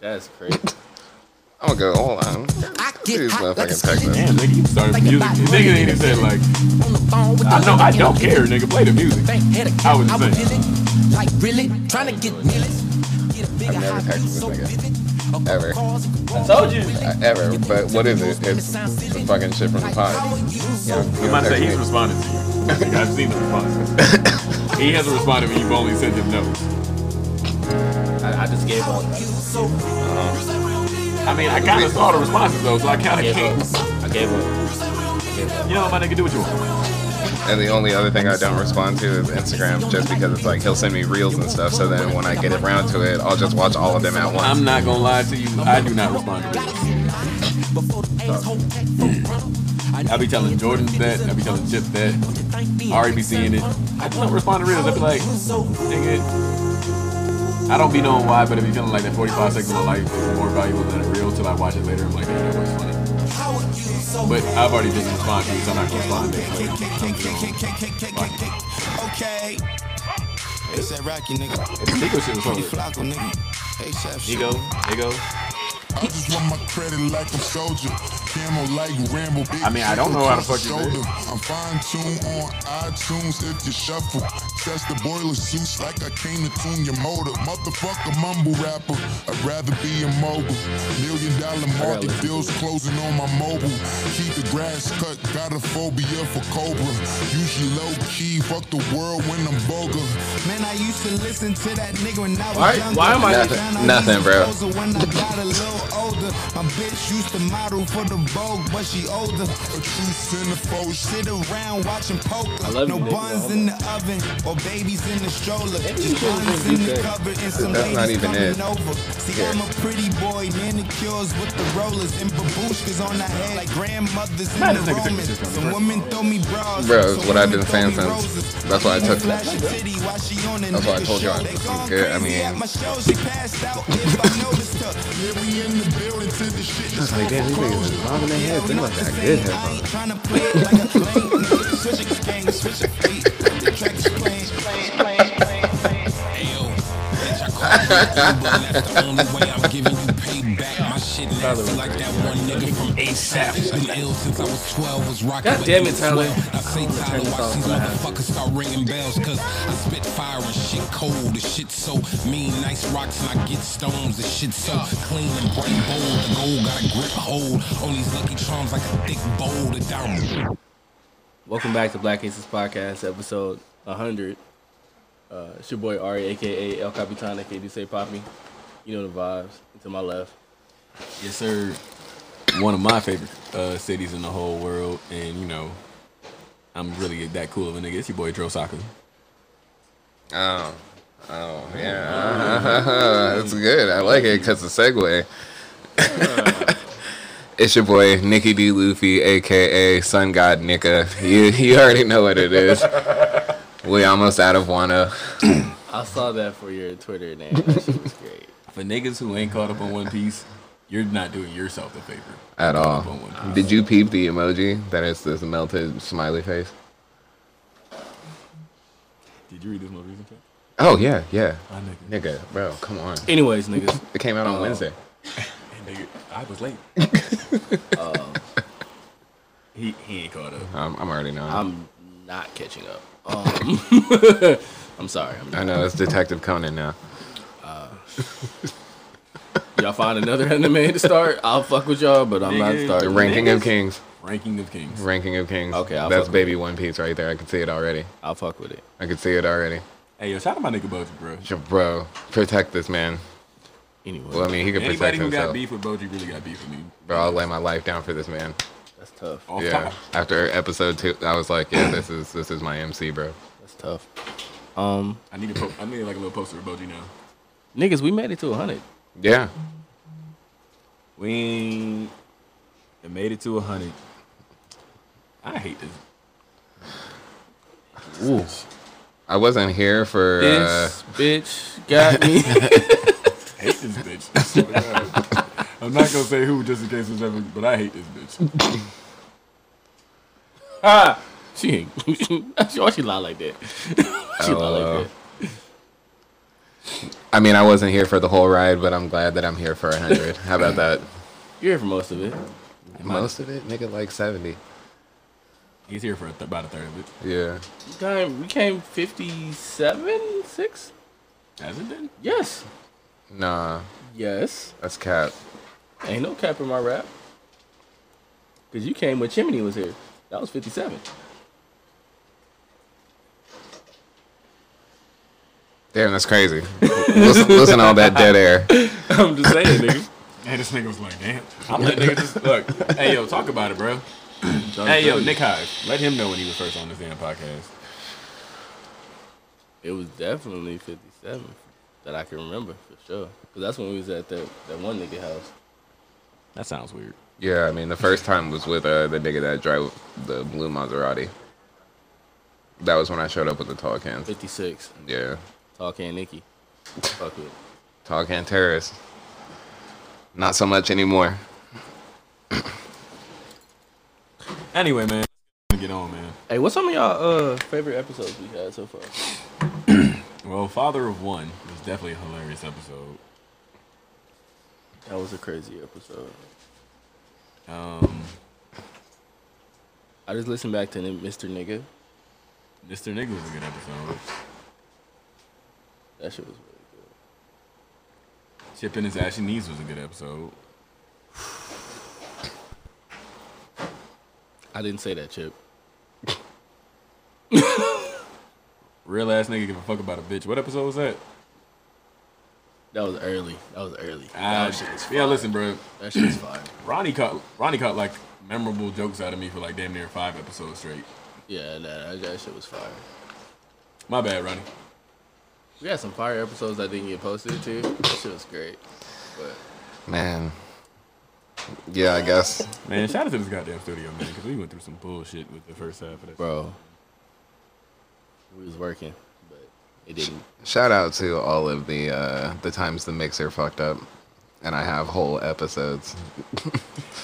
That's crazy. I'm gonna go all out. I These get hot like a motherfucking Texans. skillet Damn, nigga, you started music. Nigga ain't even said like, on the phone with the I know, I looking don't at me. care, nigga. Play the music. Bank had a I cat, was I was insane. billing, like really trying to get millions. Get a bigger never high texted view this so nigga. vivid. A couple Ever. calls, you could I told you. walk Uh, really. ever, but what is it? It's Sound the silly. fucking shit from the Like, how pod. are you so Yeah, I'm you about know, to say text he's me. responded to you. Nigga, I've seen the response. he hasn't responded, but you've only sent him notes. I, I just gave How up. are you so Uh-huh. I mean, I kind of saw the responses though, so I I kind of gave up. can't. I gave up. You know, my nigga, do what you want. And the only other thing I don't respond to is Instagram, just because it's like he'll send me reels and stuff. So then when I get around to it, I'll just watch all of them at once. I'm not gonna lie to you. I do not respond to this. before the asshole tech phone runner? I I be telling Jordan that. I be telling Chip that. Ari be seeing it. I don't respond to reels. I be like, nigga. I don't be knowing why, but I be feeling like that 45 seconds of life is more valuable than a reel till I watch it later. I'm like, hey, that was funny. But I've already just responded to it, so I'm not gonna respond to it. Like, I'm gonna- Okay. It's that Rocky nigga. It's Nico shit was funny. You Flacco nigga. ASAP shit. Ego, ego. I just want my credit like I'm soldier. Camo like Rambo. Big I mean, I don't know how to fuck you shoulder. I'm fine tuned on iTunes if you shuffle. Test the boiler suits like I came to tune your motor. Motherfucker, mumble rapper. I'd rather be a mogul. Million dollar market listen to deals closing on my mobile. Keep the grass cut. Got a phobia for Cobra. Usually low key. Fuck the world when I'm vulgar. Man, I used to listen to that nigga when I was Why- younger. why am I- Nothing- Now I nothing, use bro. closer When I got a little older, my bitch used to model for the Vogue, but she older. A true centerfold. Sit around watching poker. I love no you, nigga. buns in the oven or babies in the stroller. Maybe you Just shouldn't buns drink in the BK. cover and some That's ladies not even coming it. over. See, Here. I'm a pretty boy, manicures with the rollers and babushkas on the head like grandmothers in Man, the this nigga took me Romans. to Some women throw me bras. Bro, some it's what I've been women throw saying me roses. since. That's why I took. Flash a titty while she on a That's why I nigga told you show. I- They I'm going good. I crazy mean- at my show. She passed out if I noticed her. Yeah, we in the building till the shit is Like, damn, these niggas is bobbing their heads. They must have good I headphones. ain't trying to play it like a plane. nigga. Switch it, gang, switch it, feet. The track is playing. Ayo, bitch, I call you a Uber. That's the only way I'm giving you payback. My shit nasty like that one nigga from ASAP. Been ill since I was 12, was rocking. God damn it, Tyler. I say Tyler, this watch off these so I have- motherfuckers start ringing bells, cause I spit fire and shit cold. The shit so mean, nice rocks and I get stones. The shit so clean and bright bold. The gold got a grip hold on these lucky charms like a thick bowl of diamonds. Welcome back to Black Aces Podcast, episode 100. Uh, it's your boy Ari, aka El Capitan, aka Do Say Poppy. You know the vibes. And to my left, Yes, sir. One of my favorite uh, cities in the whole world, and you know, I'm really that cool of a nigga. It's your boy Dro Saka. Oh, oh, yeah. It's good. I like it because it's a segue. it's your boy Nikki D. Luffy, aka Sun God Nika. You you already know what it is. We almost out of Wano. I saw that for your Twitter name. That shit was great. For niggas who ain't caught up on One Piece, you're not doing yourself a favor. at Up on all. One Piece. Did you peep the emoji that is this melted smiley face? Did you read this most recent? Oh yeah, yeah. I nigga. Nigga, bro, come on. Anyways, niggas, It came Oh. out on Wednesday. nigga, I was late. Um, he he ain't caught up. I'm, I'm already knowing. I'm not catching up. Um, I'm sorry. I'm I not. know it's Detective Conan now. Y'all find another anime to start. I'll fuck with y'all, but I'm not Nigga. The starting. Ranking of Kings. Ranking of Kings. Ranking of Kings. Okay, I'll that's fuck with baby One Piece right there. I can see it already. I'll fuck with it. I can see it already. Hey yo, shout out my nigga Boji, bro. Yo, Bro, protect this man. Anyway, Well, I mean, he can protect Anybody who himself. got beef with Boji really got beef with me. Bro, I'll lay my life down for this man. that's tough. Off Yeah. top. After episode two, I was like, yeah, this is this is my MC, bro. That's tough. Um, I need a po- I need like a little poster of Boji now. niggas, we made it to 100. Yeah. We ain't- it made it to a hundred. I hate this. Ooh, I wasn't here for. Uh, this bitch got me. Hate this bitch. I swear to God. I'm not gonna say who just in case it's ever, but I hate this bitch. she ain't. she- Why she lie like that? she lie like that. I mean, I wasn't here for the whole ride, but I'm glad that I'm here for 100. How about that? You're here for most of it. Most of it, nigga, like 70. He's here for a th- about a third of it. Yeah. We came, we came 57, 6? Has it been? Yes. Nah, Yes. that's cap. Ain't no cap in my rap. Because you came when Chimney was here. That was 57. Damn, that's crazy. listen, listen to all that dead air. I'm just saying, nigga. Hey, this nigga was like, damn. I'm like, nigga, just look. Hey, yo, talk about it, bro. Hey, yo, Nick Hive. Let him know when he was first on this damn podcast. It was definitely 57 that I can remember for sure. Because that's when we was at that, that one nigga house. That sounds weird. Yeah, I mean, the first time was with uh, the nigga that drove the blue Maserati. That was when I showed up with the tall cans. 56. Yeah. Tall Can Nikki. Fuck it. Tall can terrorist. Not so much anymore. Anyway, man, let's get on, man. Hey, what's some of y'all uh, favorite episodes we had so far? Well, Father of One was definitely a hilarious episode. That was a crazy episode. Um, I just listened back to Mr. Nigga. Mr. Nigga was a good episode. That shit was really Chip and his ashy knees was a good episode. good. I didn't say that, Chip. Real ass nigga give a fuck about a bitch. What episode was that? That was early. That was early. Ah, that shit was yeah, listen, bro. That shit was fire. Ronnie caught Ronnie caught like memorable jokes out of me for like damn near five episodes straight. Yeah, nah, that, that shit was fire. My bad, Ronnie. We had some fire episodes that didn't get posted too. That shit was great. But Man. Yeah, I guess. Man, shout out to this goddamn studio, man, because we went through some bullshit with the first half of that. bro, we was working, but it didn't. Shout out to all of the uh, the times the mixer fucked up, and I have whole episodes.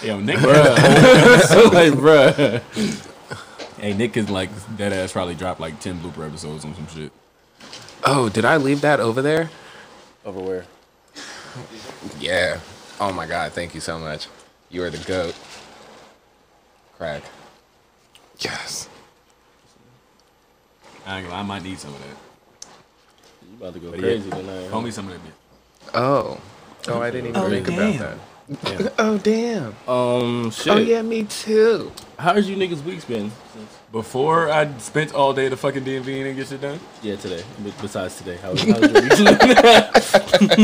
Yo, Nick. Bruh. like, bro, hey, Nick is like that ass probably dropped like ten blooper episodes on some shit. Oh, did I leave that over there? over where? Yeah. Oh my god, thank you so much. You are the goat. Crack. Yes. I ain't gonna lie, I might need some of that. You about to go But yeah. crazy tonight? Call me Homie. some of that bitch. Oh. Oh, I didn't even think about that. Oh damn. Um, shit. Oh yeah, me too. How's you niggas' weeks been? Since, Before I spent all day at the fucking DMV and didn't get shit done. yeah, today. B- besides today, how, how's your weeks?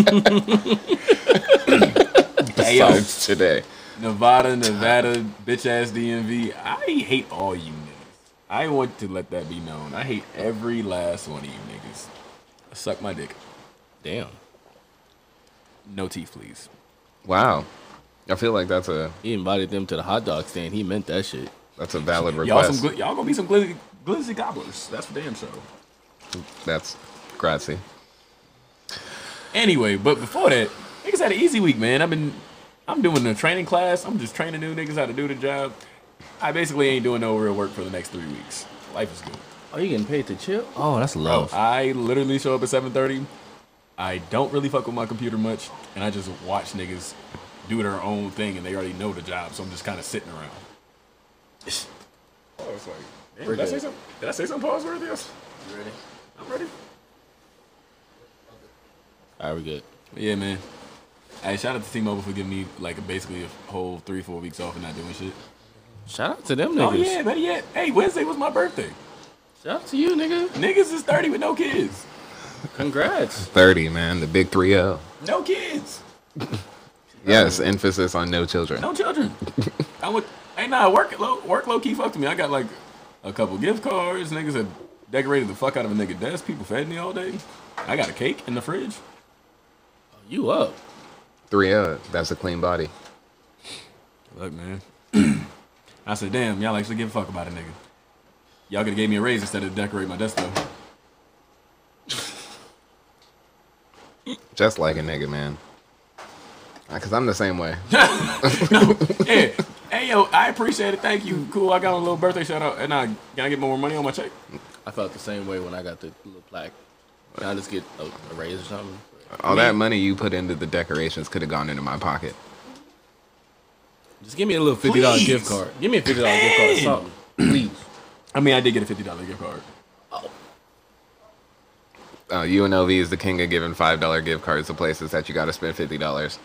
Besides today. Nevada, Nevada, bitch ass DMV. I hate all you niggas. I want to let that be known. I hate every last one of you niggas. Suck my dick. Damn. No teeth, please. Wow. I feel like that's a He invited them to the hot dog stand. He meant that shit. that's a valid Y'all request. some gl- y'all gonna be some glizzy, glizzy gobblers. That's for damn sure. that's grazie. Anyway, but before that, niggas had an easy week, man. I've been, I'm doing a training class. I'm just training new niggas how to do the job. I basically ain't doing no real work for the next three weeks. Life is good. Oh, you getting paid to chill? Oh, that's love. I literally show up at 7:30. I don't really fuck with my computer much, and I just watch niggas do their own thing, and they already know the job, so I'm just kind of sitting around. Oh, it's like, damn, We're did I say good. something? Did I say something Pause else? you ready? I'm ready. All right, we good. Yeah, man. Hey, shout out to T-Mobile for giving me like basically a whole three, four weeks off and not doing shit. Shout out to them niggas. Oh yeah, better yet. Hey, Wednesday was my birthday. Shout out to you, nigga. Niggas is 30 with no kids. Congrats. Thirty, man, the big three oh. No kids. Yes, emphasis on no children. No children. I would. Hey, nah, work low, work low key fucked me. I got like a couple gift cards. Niggas had decorated the fuck out of a nigga desk. People fed me all day. I got a cake in the fridge. You up? Three oh, that's a clean body. Look, man. I said, damn, y'all actually give a fuck about a nigga. Y'all could have gave me a raise instead of decorate my desk though. Just like a nigga, man. Uh, Cause I'm the same way. Yeah. Hey yo, I appreciate it. Thank you. Cool. I got a little birthday shout out, and I can I get more money on my check? I felt the same way when I got the little plaque. Can I just get a, a raise or something? All that money you put into the decorations could have gone into my pocket. Just give me a little fifty dollar gift Please. card. Give me a fifty dollar gift card or Man. something, please. I mean, I did get a fifty dollar gift card. Uh, UNLV is the king of giving five dollar gift cards to places that you got to spend fifty dollars.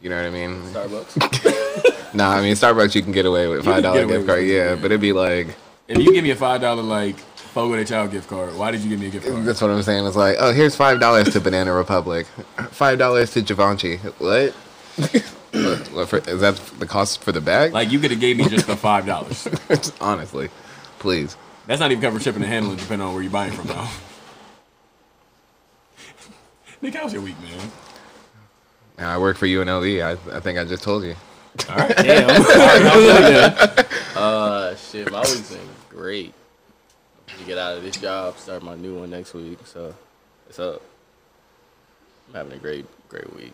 You know what I mean? Starbucks. Nah, I mean Starbucks you can get away with You five can dollar get away gift with card, it, yeah, yeah. But it'd be like If you give me a five dollar like Fogo de Chao gift card, why did you give me a gift card? that's what I'm saying. It's like, oh, here's five dollars to Banana Republic, five dollars to Givenchy. What? What for- is that the cost for the bag? Like you could have gave me just the five dollars. honestly, please. That's not even covering shipping and handling, depending on where you're buying from now. Nick, how's your week, man? Now, I work for UNLV. I, I think I just told you. Damn. uh, shit, my week's been great. I'm gonna get out of this job, start my new one next week. So it's up. I'm having a great, great week.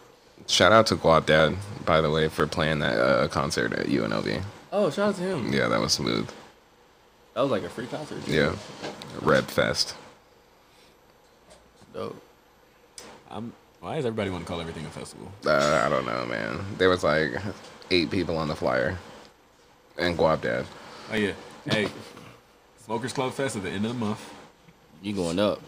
Shout out to Guap Dad, by the way, for playing that uh, concert at UNLV. Oh, shout out to him. Yeah, that was smooth. That was like a free concert. Yeah, Red Fest. Dope. I'm, why does everybody want to call everything a festival? Uh, I don't know, man. There was like eight people on the flyer, and Guap Dad. Oh yeah. Hey, Smokers Club Fest at the end of the month. You going up?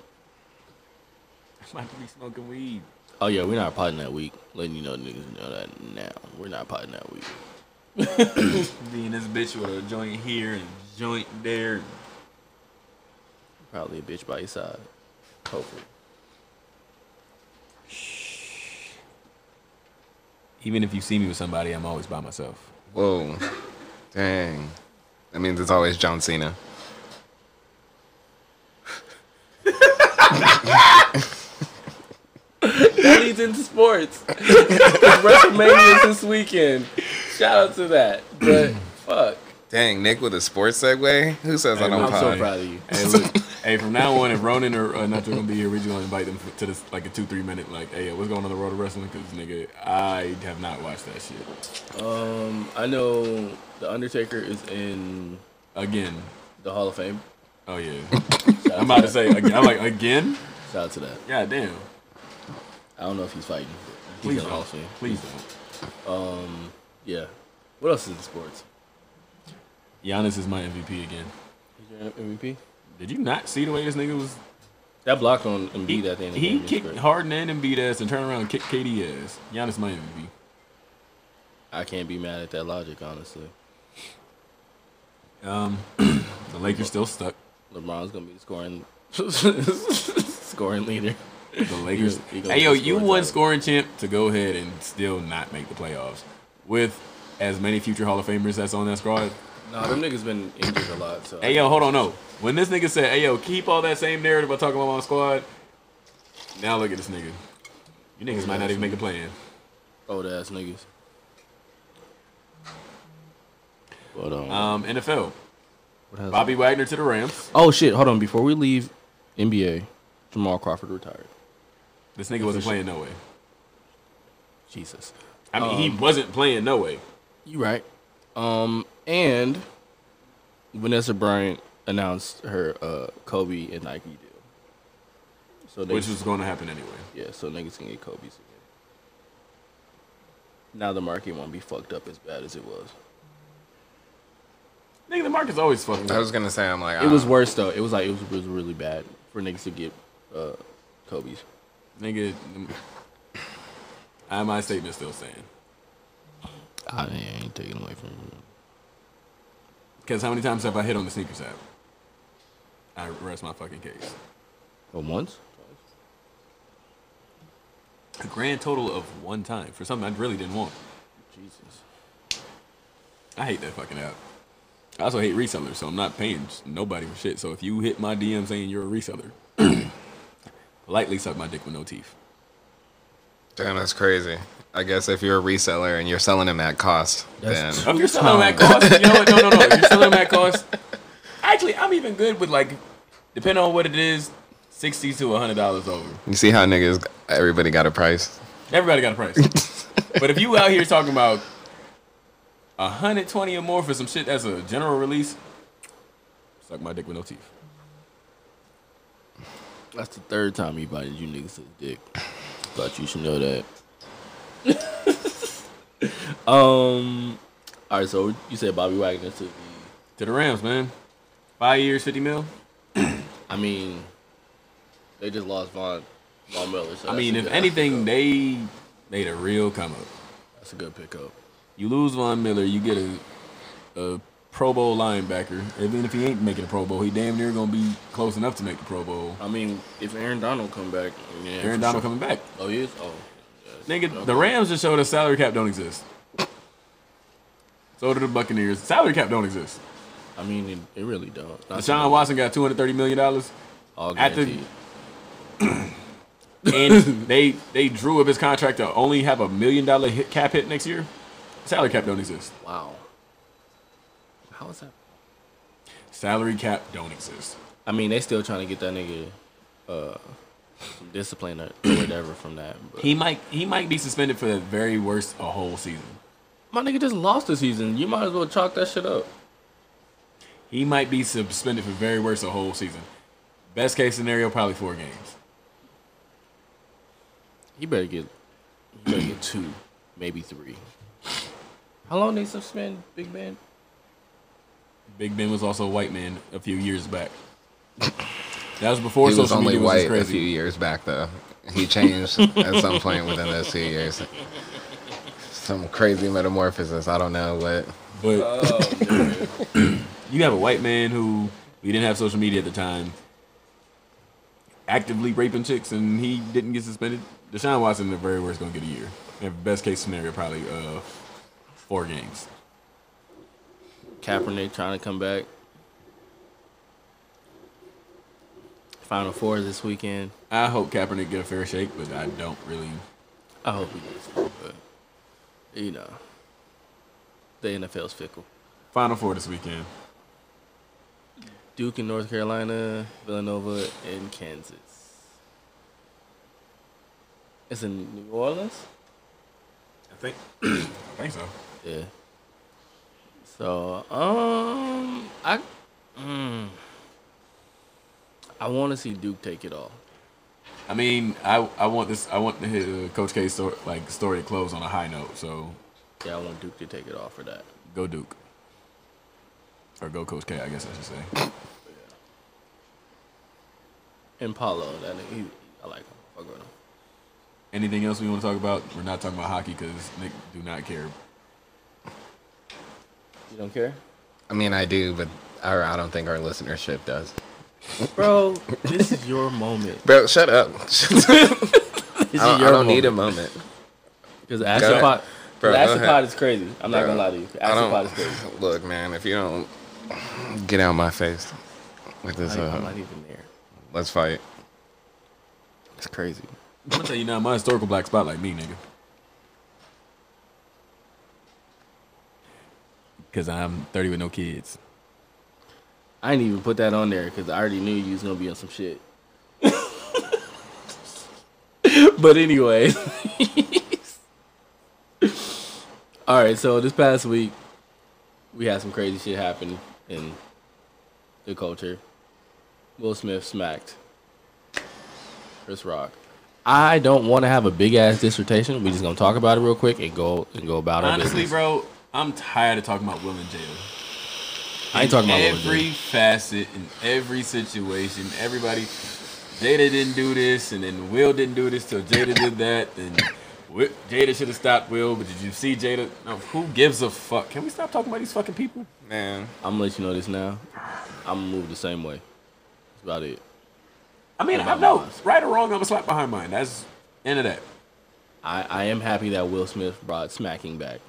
Might be smoking weed. Oh yeah, we're not potting that week. Letting you know, niggas know that now. We're not potting that week. Being this bitch with a joint here and joint there. Probably a bitch by your side. Hopefully. Even if you see me with somebody, I'm always by myself. Whoa, dang. That means it's always John Cena. That leads into sports. WrestleMania this weekend. Shout out to that. But fuck. Dang, Nick with a sports segue. Who says I Hey, don't I'm I'm so pod? proud of you. Hey, look. hey, from now on, if Ronan or uh, Nutter gonna be here, we just gonna invite them to this like a two three minute like, hey, what's going on in the world of wrestling? Because nigga, I have not watched that shit Um, I know the Undertaker is in again. the Hall of Fame. Oh yeah, I'm about to say again. I'm like again. Shout out to that. God damn. I don't know if he's fighting. but He's Please in the don't. Hall of Fame. Please don't. Yeah. What else is in sports? Giannis is my MVP again. He's your MVP. Did you not see the way this nigga was? That block on Embiid He, at the end. Of the he game is kicked great. Harden and Embiid ass and turned around and kicked KD ass. Giannis my MVP. I can't be mad at that logic, honestly. The Lakers still stuck. LeBron's gonna be the scoring scoring leader. The Lakers. he goes hey, yo, to the you scoring won title. scoring champ to go ahead and still not make the playoffs with as many future Hall of Famers that's on that squad. Nah, them niggas been injured a lot. So Hey, yo, hold on, no. When this nigga said, hey, yo, keep all that same narrative about talking about my squad, now look at this nigga. You niggas might not even make the plan. old ass niggas. But um, Um, NFL. what else? Bobby Wagner to the Rams. Oh shit! Hold on. Before we leave, NBA, Jamal Crawford retired. This nigga wasn't playing no way. Jesus. I mean, Um, he wasn't playing no way. You right. Um, and Vanessa Bryant announced her uh Kobe and Nike deal. So niggas, Which was going to happen anyway. yeah, so niggas can get Kobe's again. Now the market won't be fucked up as bad as it was. Nigga, the market's always fucking I up. was gonna say I'm like It was uh, worse though. It was like it was, it was really bad for niggas to get uh Kobe's. Nigga, I, my statement's still saying. I ain't taking away from you. Because how many times have I hit on the sneakers app? I rest my fucking case. Well, Oh, once. A grand total of one time for something I really didn't want. Jesus. I hate that fucking app. I also hate resellers, so I'm not paying s- nobody for shit. So if you hit my DM saying you're a reseller, politely suck my dick with no teeth. damn, that's crazy. I guess if you're a reseller and you're selling them at cost, That's- then If you're selling them at cost, you know what? No, no, no. If you're selling them at cost, actually, I'm even good with like, depending on what it is, sixty to hundred dollars over. you see how niggas everybody got a price. Everybody got a price. but if you out here talking about 120 or more for some shit that's a general release, suck my dick with no teeth. That's the third time you biting you niggas a dick. Thought you should know that. um. All right, so you said Bobby Wagner to the. To the Rams, man. Five years, 50 mil. I mean, they just lost Von Von Miller. So I that's mean, a if good- anything, they made a real come up. that's a good pickup. You lose Von Miller, you get a, a Pro Bowl linebacker. Even if he ain't making a Pro Bowl, he damn near gonna be close enough to make the Pro Bowl. I mean, if Aaron Donald come back, yeah, Aaron for Donald sure. coming back. Oh, he is. Oh, Nigga, the Rams just showed us salary cap don't exist. So do the Buccaneers. Salary cap don't exist. I mean, it, it really don't. Not Deshaun Watson got two hundred thirty million dollars, all at the- guaranteed. and they they drew up his contract to only have a million dollar hit cap hit next year. Salary cap don't exist. Wow. How is that? Salary cap don't exist. I mean, they still trying to get that nigga uh, some discipline or or whatever from that. But He might he might be suspended for the very worst a whole season. my nigga just lost the season. You might as well chalk that shit up. He might be suspended for very worst a whole season. Best case scenario, probably four games. He better get, he better get two, maybe three. How long they suspend Big Ben? Big Ben was also a white man a few years back. That was before he was social only media was this white a crazy. few years back, though. He changed at some point within those two years. Some crazy metamorphosis. I don't know what. But you have a white man who we didn't have social media at the time, actively raping chicks, and he didn't get suspended. Deshaun Watson, the very worst, gonna get a year. And best case scenario, probably uh, four games. Kaepernick trying to come back. Final four this weekend. I hope Kaepernick get a fair shake, but I don't really. I hope he does, but you know, the NFL's fickle. Final four this weekend. Duke in North Carolina, Villanova in Kansas. It's in New Orleans. I think. I think so. Yeah. So um, I mm, I want to see Duke take it all. I mean, I I want this. I want his, uh, Coach K's story, like story to close on a high note. So Yeah, I want Duke to take it all for that. go Duke, or go Coach K. I guess I should say. And Paulo, that nigga, he, I like him. Fuck with him. Anything else we want to talk about? We're not talking about hockey because Nick do not care. You don't care, I mean, I do, but or I don't think our listenership does. bro? this is your moment. Bro, shut up. I This is don't, I your don't need moment. a moment. Because ahead. Astropod, Bro, bro, go ahead. Astropod is crazy. I'm not Bro, gonna lie to you. I Astropod is crazy. don't. Look, man, if you don't get out my face with this, Like, I'm uh, not even there. let's fight. It's crazy. I'm gonna tell you now, my historical black spot like me, nigga. Because I'm 30 with no kids. I didn't even put that on there because I already knew you was gonna be on some shit. but anyway, all right. So this past week, we had some crazy shit happen in the culture. Will Smith smacked Chris Rock. I don't want to have a big ass dissertation. We just gonna talk about it real quick and go and go about our Honestly, business. bro, I'm tired of talking about Will and Jada. I ain't talking about what we every did. facet in every situation. Everybody, Jada didn't do this, and then Will didn't do this till Jada did that. Then Wi- Jada should have stopped Will, but did you see Jada? No, who gives a fuck? Can we stop talking about these fucking people? Man, I'm gonna let you know this now. I'm gonna move the same way. That's about it. I mean, I know, right or wrong, I'm a slap behind mine. That's end of that. I, I am happy that Will Smith brought smacking back.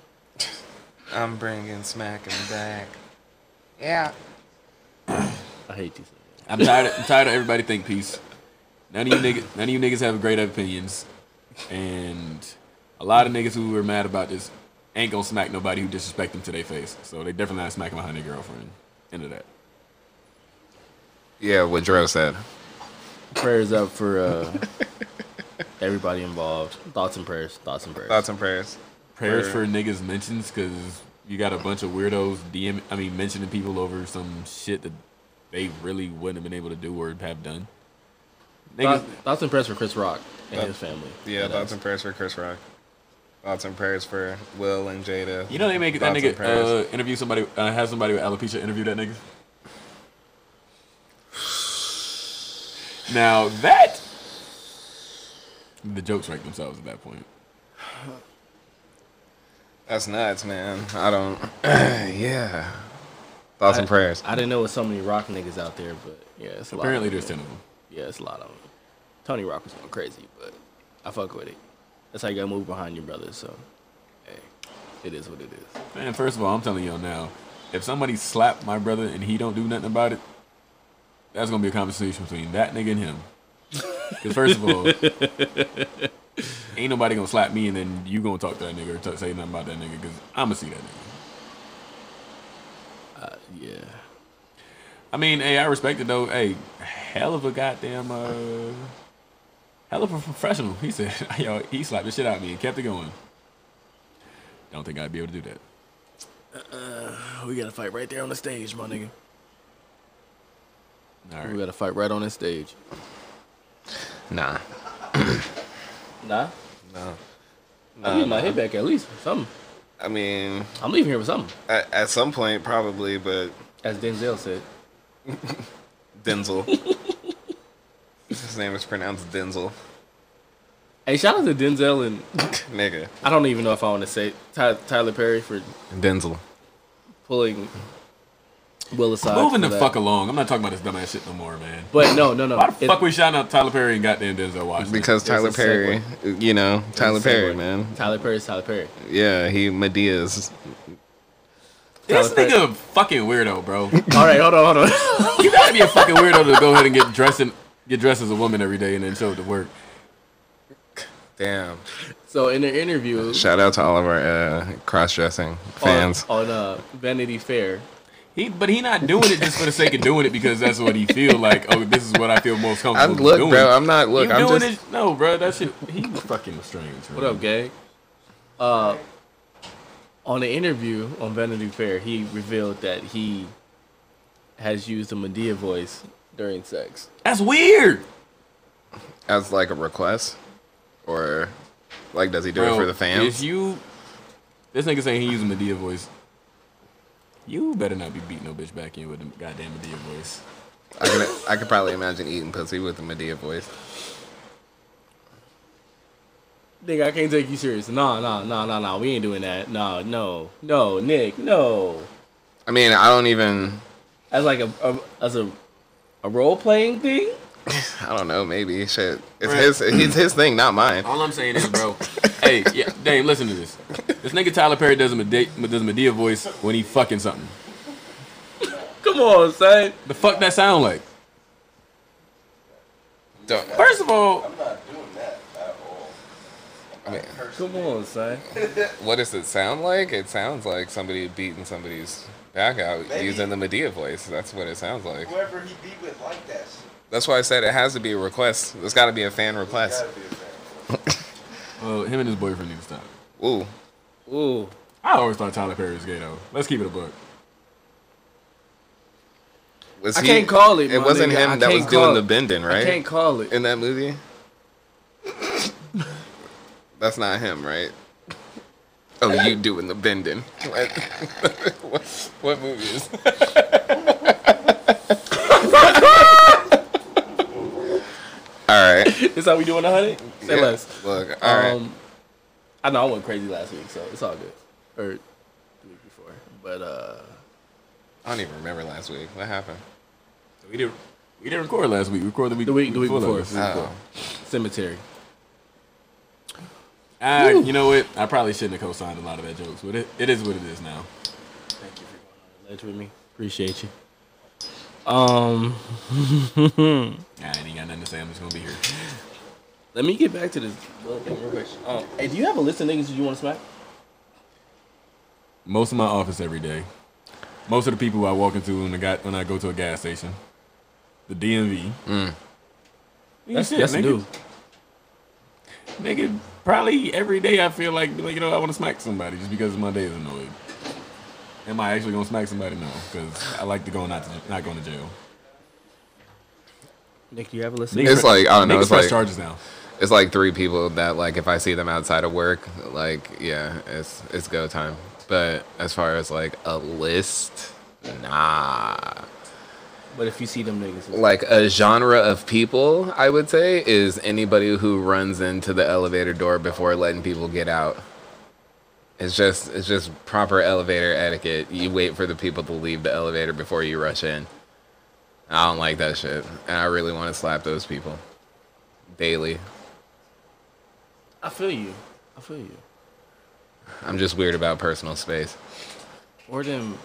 I'm bringing smacking back. Yeah. I hate these. I'm tired. Of, I'm tired of everybody think peace. None of you niggas, none of you niggas have great opinions, and a lot of niggas who are mad about this ain't gonna smack nobody who disrespect them to their face. So they definitely not smacking behind their girlfriend. End of that. Yeah, what Dro said. Prayers up for uh, everybody involved. Thoughts and prayers. Thoughts and prayers. Thoughts and prayers. Prayers Word. for niggas mentions because you got a bunch of weirdos DM. I mean, mentioning people over some shit that they really wouldn't have been able to do or have done. Niggas, Thought- Thoughts and prayers for Chris Rock and uh, his family. Yeah, thoughts and prayers for Chris Rock. Thoughts and prayers for Will and Jada. you know they make that Thoughts and nigga prayers. uh, interview somebody, uh, have somebody with alopecia interview that nigga. Now that the jokes write themselves at that point. That's nuts, man. I don't. yeah. Thoughts and prayers. I didn't know it's so many rock niggas out there, but yeah, it's a lot Apparently, of there's them. ten of them. Yeah, it's a lot of them. Tony Rock was going crazy, but I fuck with it. That's how you gotta move behind your brother. So, hey, it is what it is. Man, first of all, I'm telling y'all now, if somebody slapped my brother and he don't do nothing about it, that's gonna be a conversation between that nigga and him. Because first of all, ain't nobody gonna slap me, and then you gonna talk to that nigga or talk, say nothing about that nigga because I'ma see that nigga. Yeah, I mean, hey, I respect it though. Hey, hell of a goddamn, uh, hell of a professional. He said, yo, he slapped the shit out of me and kept it going. Don't think I'd be able to do that. we gotta fight right there on the stage, my nigga. All We right. gotta fight right on the stage. Nah. Nah, no. I'm getting my head back at least. Something. I mean, I'm leaving here with something. at, at some point, probably, but As Denzel said, Denzel. His name is pronounced Denzel. hey, shout out to Denzel and Nigga. I don't even know if I want to say Ty- Tyler Perry for Denzel. pulling Will aside. Moving the for that. fuck along. I'm not talking about this dumbass shit no more, man. But no, no, no. Why the It- fuck we shouting out Tyler Perry and goddamn Denzel Washington? Because There's Tyler a Perry, you know, Tyler Segue. Perry, man. Tyler Perry is Tyler Perry. Yeah, he Medea's. this Tyler nigga a fucking weirdo, bro. All right, hold on, hold on. you gotta be a fucking weirdo to go ahead and get dressed in, get dressed as a woman every day and then show up to work. Damn. So in their interview Shout out to all of our uh, cross-dressing fans. on, on uh, Vanity Fair, He, but he not doing it just for the sake of doing it because that's what he feel like. Oh, this is what I feel most comfortable I'm look, doing. bro. I'm not look. you I'm doing just. it? No, bro. That shit. He fucking strange. Bro. what up, gang? Uh, on the interview on Vanity Fair, he revealed that he has used a Medea voice during sex. That's weird. as like a request, or like does he do Bro, it for the If fans? you, this nigga saying he using Medea voice. You better not be beating no bitch back in with the goddamn Medea voice. I could I could probably imagine eating pussy with a Medea voice. Nigga, I can't take you serious. Nah, nah, nah, nah, nah. We ain't doing that. Nah, no, no, Nick, no. I mean, I don't even. As like a, a as a a role playing thing. I don't know. Maybe shit. It's Right. his. It's his thing, not mine. All I'm saying is, bro. hey, yeah, Dave, listen to this. This nigga Tyler Perry does a Medea, does a Medea voice when he fucking something. Come on, son. The fuck that sound like? Don't, First of all, I mean, Come on, son. what does it sound like? It sounds like somebody beating somebody's back out using the Medea voice. That's what it sounds like. Whoever he be with like that shit. That's why I said it has to be a request. There's got to be a fan request. Gotta be a fan. uh, him and his boyfriend need to stop. Ooh, Ooh, I always thought Tyler Perry was gay though. Let's keep it a book. was I he- can't call it, It my wasn't nigga. I him that was can't call doing the it. bending, I right? can't call it. in that movie? That's not him, right? Oh, you doing the bending? What, what, what movie is that? all right. Is that we doing a hundred? Say Yeah, less. Look, all right. Um, I know I went crazy last week, so it's all good. Or the week before, but uh, I don't even remember last week. What happened? We didn't we didn't record last week. We recorded the week The week- the week before. last. Oh, cemetery. Ah, you know what? I probably shouldn't have co-signed a lot of that jokes, but it, it is what it is now. Thank you for going on the ledge with me. Appreciate you. Um, I ain't got nothing to say. I'm just gonna be here. let me get back to this little thing real quick. Um, hey, do you have a list of niggas that you want to smack? Most of my office every day. Most of the people I walk into when I got when I go to a gas station, the DMV. Mm. Nigga, shit, nigga. new. Nigga, probably every day I feel like, like you know, I want to smack somebody just because my day is annoyed. Am I actually gonna smack somebody? No, because I like to go not to, not going to jail. Nick, do you have a list? Niggas Of It's pre- like, I don't know, niggas it's press like- charges now. It's like three people that like if I see them outside of work, like yeah, it's it's go time. But as far as like a list, nah. but if you see them niggas, Like a genre of people, I would say is anybody who runs into the elevator door before letting people get out. It's just it's just proper elevator etiquette. You wait for the people to leave the elevator before you rush in. I don't like that shit, and I really want to slap those people daily. I feel you. I feel you. I'm just weird about personal space. Or them,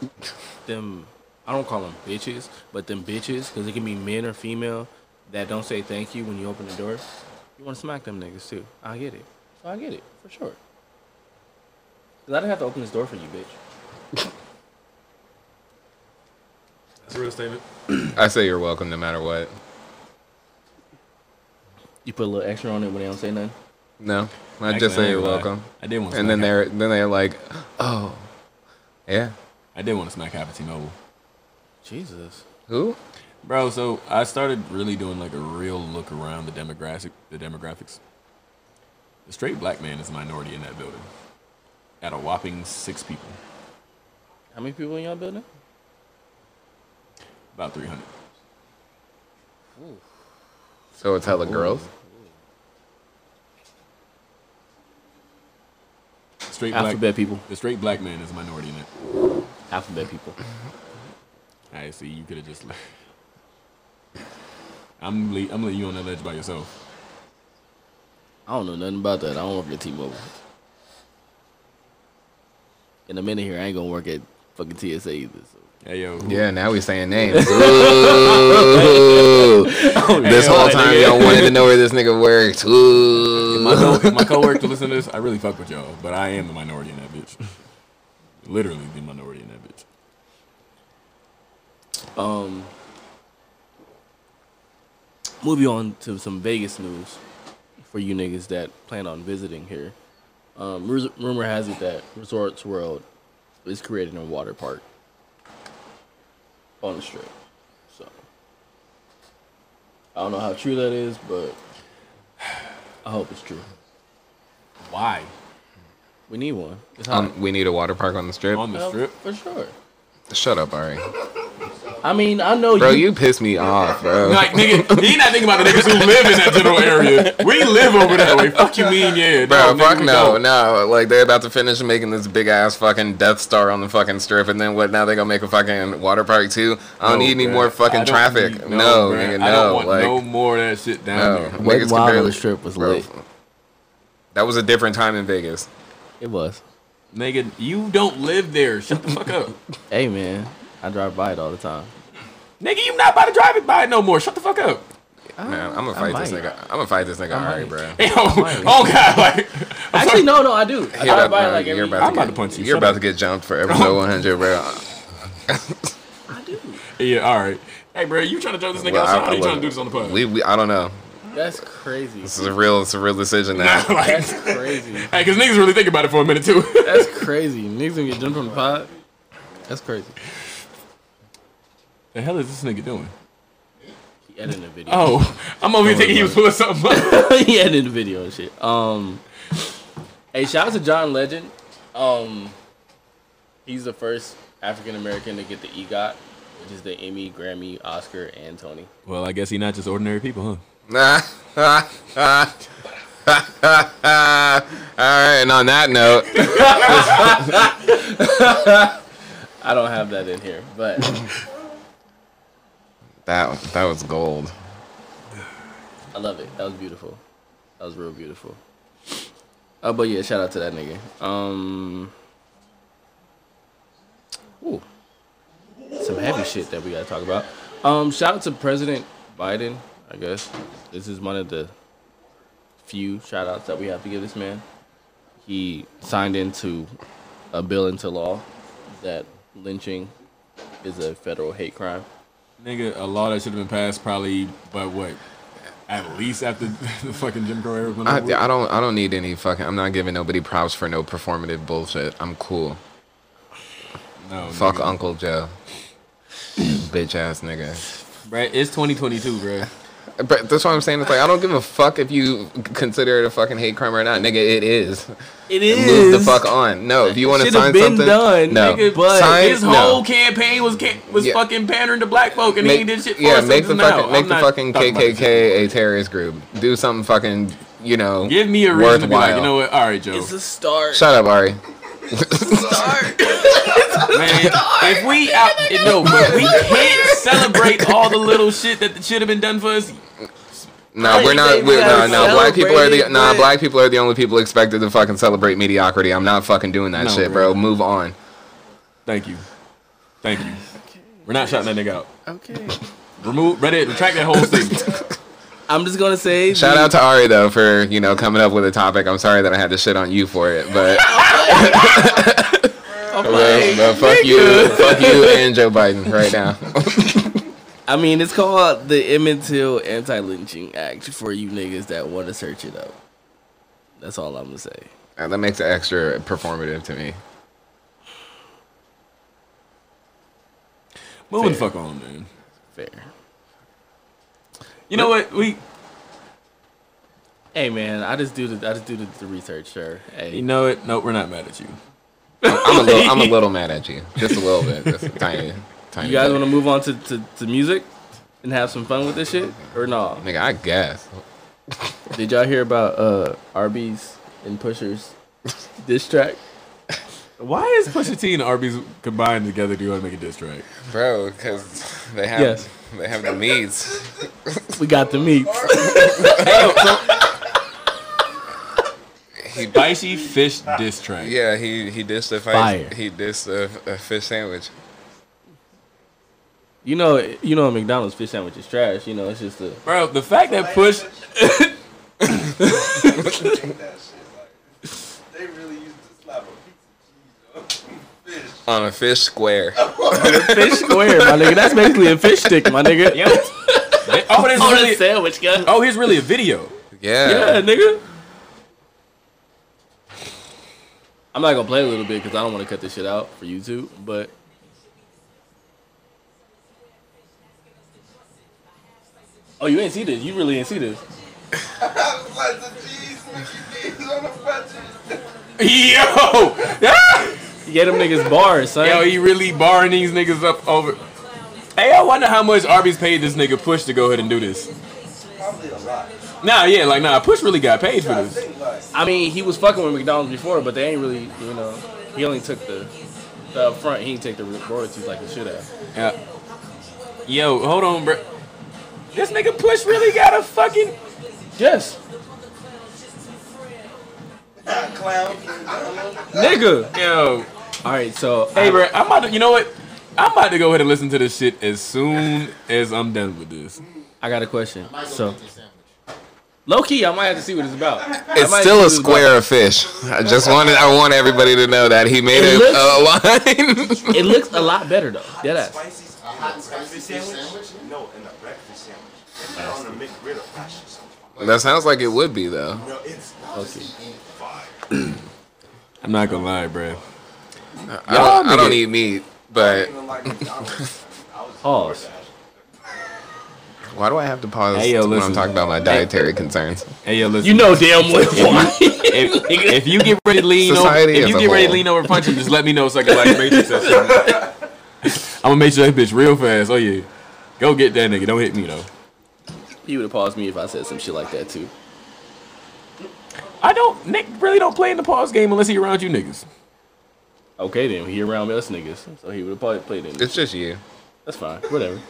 them. I don't call them bitches, but them bitches, because it can be men or female that don't say thank you when you open the door. You want to smack them niggas too. I get it. So I get it for sure. Cause I didn't have to open this door for you, bitch. That's a real statement. I say you're welcome no matter what. You put a little extra on it when they don't say nothing. No, I just Actually, say ain't you're gonna lie. welcome. I did want to And then they're then they're like, oh, yeah, I did want to smack half of T-Mobile. Jesus. who? Bro, so I started really doing like a real look around the demographic, the demographics. The straight black man is a minority in that building, at a whopping six people, How many people in y'all building? about three hundred. So it's hella girls. Straight black, Alphabet people. the straight black man is a minority in it. Alphabet people. I see. You could have just. le- I'm le- I'm leaving you on that ledge by yourself. I don't know nothing about that. I don't work at T-Mobile. In a minute here, I ain't gonna work at fucking TSA either. So. Hey yo, who- Yeah, now we saying names. Ooh. Oh, this whole time y'all wanted to know where this nigga worked. my, Ooh. co- if my coworker listen to this, I really fuck with y'all, but I am the minority in that bitch. Literally the minority in that bitch. Um, moving on to some Vegas news for you niggas that plan on visiting here. Um, ru- rumor has it that Resorts World is creating a water park on the strip. So I don't know how true that is, but I hope it's true. Why We need one. It's hot. Um, we need a water park on the strip. on the Well, strip? for sure. Shut up, Ari. I mean, I know Bro, you piss me off, bro. Like nigga, he not thinking about the niggas who live in that general area. We live over that way. Fuck you mean yeah. Bro, nigga, fuck we no, don't. no. Like they're about to finish making this big ass fucking Death Star on the fucking strip, and then what? Now they gonna make a fucking water park too. I don't No, need any bruh. more fucking I don't traffic. need- no, bruh. nigga, I don't no. want Like, no more of that shit down no. there. Niggas Wet Wild can on barely- the strip was bro, lit. That was a different time in Vegas. it was. Nigga, you don't live there. Shut the fuck up. Hey man, I drive by it all the time. Nigga, you not about to drive it by it no more. Shut the fuck up. Man, I'm gonna fight this might. nigga. I'm gonna fight this nigga, Ari, bro. Yo, oh god, like I'm Actually, sorry. no, no, I do. I You're drive about, by no, like you're every. about I'm to about get, to punch you. You're Shut about up. to get jumped for episode 100, bro. I do. Yeah, all right. Hey, bro, you trying to jump this nigga Well, outside? I- How I you trying to love do it. this on the pod? We, we, I don't know. That's crazy. This is a real, it's a real decision now. like, That's crazy. hey, cause niggas really think about it for a minute too. That's crazy. Niggas gonna get jumped on the pod. That's crazy. the hell is this nigga doing? He edited a video. Oh, I'm over here thinking he was pulling something up. Oh, he edited a video and shit. Um, hey, shout out to John Legend. Um, he's the first African American to get the EGOT, which is the Emmy, Grammy, Oscar, and Tony. Well, I guess he not just ordinary people, huh? Nah. Ah, ah, ah, ah. All right, and on that note, I don't have that in here, but that that was gold. I love it. That was beautiful. That was real beautiful. Oh, but yeah, shout out to that nigga. Um, ooh, some heavy shit that we gotta talk about. Um, shout out to President Biden. I guess this is one of the few shout outs that we have to give this man. He signed into a bill into law that lynching is a federal hate crime. Nigga, a law that should have been passed probably, but what? At least after the fucking Jim Crow era. was I, over with. I don't I don't need any fucking. I'm not giving nobody props for no performative bullshit. I'm cool. no, Fuck nigga. Uncle Joe. Bitch ass nigga. Bruh, it's 2022, bruh. But that's what I'm saying. It's like I don't give a fuck if you consider it a fucking hate crime or not, nigga. It is. It Move the is. fuck on. No, if you want to Should've sign been something, done, no. nigga, but sign, His no. whole campaign was ca- was Yeah. fucking pandering to black folk, and he make, ain't did shit for yeah, us. till make the just now. fucking make I'm the not fucking talking about this shit. KKK a terrorist group. Do something fucking you know. Give me a reason to be like, you know what? All right, Joe. It's a start. Shut up, Ari. Man, if we out, no, but we can't celebrate all the little shit that should have been done for us. No, I we're think not. we We're, no, gotta no. Black people are celebrate the it, nah. but- Black people are the only people expected to fucking celebrate mediocrity. I'm not fucking doing that No, shit, bro. bro. Move on. Thank you, thank you. We're not shutting that nigga out. Okay. Remove Reddit. Retract that whole statement. I'm just gonna say. Shout the- out to Ari though for you know coming up with a topic. I'm sorry that I had to shit on you for it, but I'm but, like, but fuck you, fuck you and Joe Biden right now. I mean, it's called the Emmett Till Anti-Lynching Act for you niggas that want to search it up. That's all I'm gonna say. Uh, that makes it extra performative to me. Moving the fuck on, man. Fair. You know what? We, Hey man, I just do the I just do the, the research, sure. Hey, you know it. No, we're not mad at you. I'm a little, I'm a little mad at you, just a little bit, just a tiny, tiny. you guys bit. want to move on to, to, to music and have some fun with this shit or no? Nigga, I guess. Did y'all hear about uh Arby's and Pushers diss track? Why is Pusha T and Arby's combined together? Do you want to make a diss track? Bro, because they have Yes. they have the meats. We got the meat. Spicy fish diss track. Yeah, he he dissed a Fire. He dissed a, a fish sandwich. You know, you know, McDonald's fish sandwich is trash. You know, it's just a Bro, the fact that Push, Take that shit. Like, they really used to slap a piece of cheese on fish. On a fish square. fish square, my nigga. That's basically a fish stick, my nigga. yo, they- oh, there's On a really, sandwich, guy. oh, here's really a video. Yeah, Yeah. nigga. I'm not gonna play a little bit because I don't want to cut this shit out for YouTube, but oh, you ain't see this. You really ain't see this. Slice of cheese, Mickey D's on the fudge. Yo, You gave them niggas bars, son. yo, he really barring these niggas up over. Hey, I wonder how much Arby's paid this nigga Push to go ahead and do this. Probably a lot. Nah, yeah, like nah, Push really got paid for this. Think like, I mean, he was fucking with McDonald's before, but they ain't really, you know, he only took the the up front. He didn't take the royalties like he should have. Yeah. Yo, hold on, bro. This nigga Push really got a fucking. Yes, clown. nigga. Yo, All right, so hey, bro, I'm about to. You know what? I'm about to go ahead and listen to this shit as soon as I'm done with this. I got a question. So, low key, I might have to see what it's about. I It's might still see a what about. square of fish. I just wanted I want everybody to know that he made uh, It a, looks- a line. It looks a lot better though. Dead ass. Spicy a hot spicy sandwich? No, and a breakfast sandwich. And on a McGriddle, that shit's that sounds like it would be though. No, it's Okay. fire. I'm not gonna lie, bro. I don't, I nigga. don't eat meat, but Even like McDonald's. I was Pause. why do I have to pause Hey, yo, when listen. I'm talking about my dietary concerns? Hey, yo, listen. You know damn well why. if, if you get ready to lean over, Society if as you a get ready to whole. lean over and punch him, just let me know so I can like make this session. I'm gonna make sure that bitch real fast. Oh yeah, go get that nigga. Don't hit me though. he would have paused me if I said some shit like that too. I don't. Nick really don't play in the pause game unless he around you niggas. Okay then, he around us niggas, so he would have probably played in. It's just you. That's fine, whatever.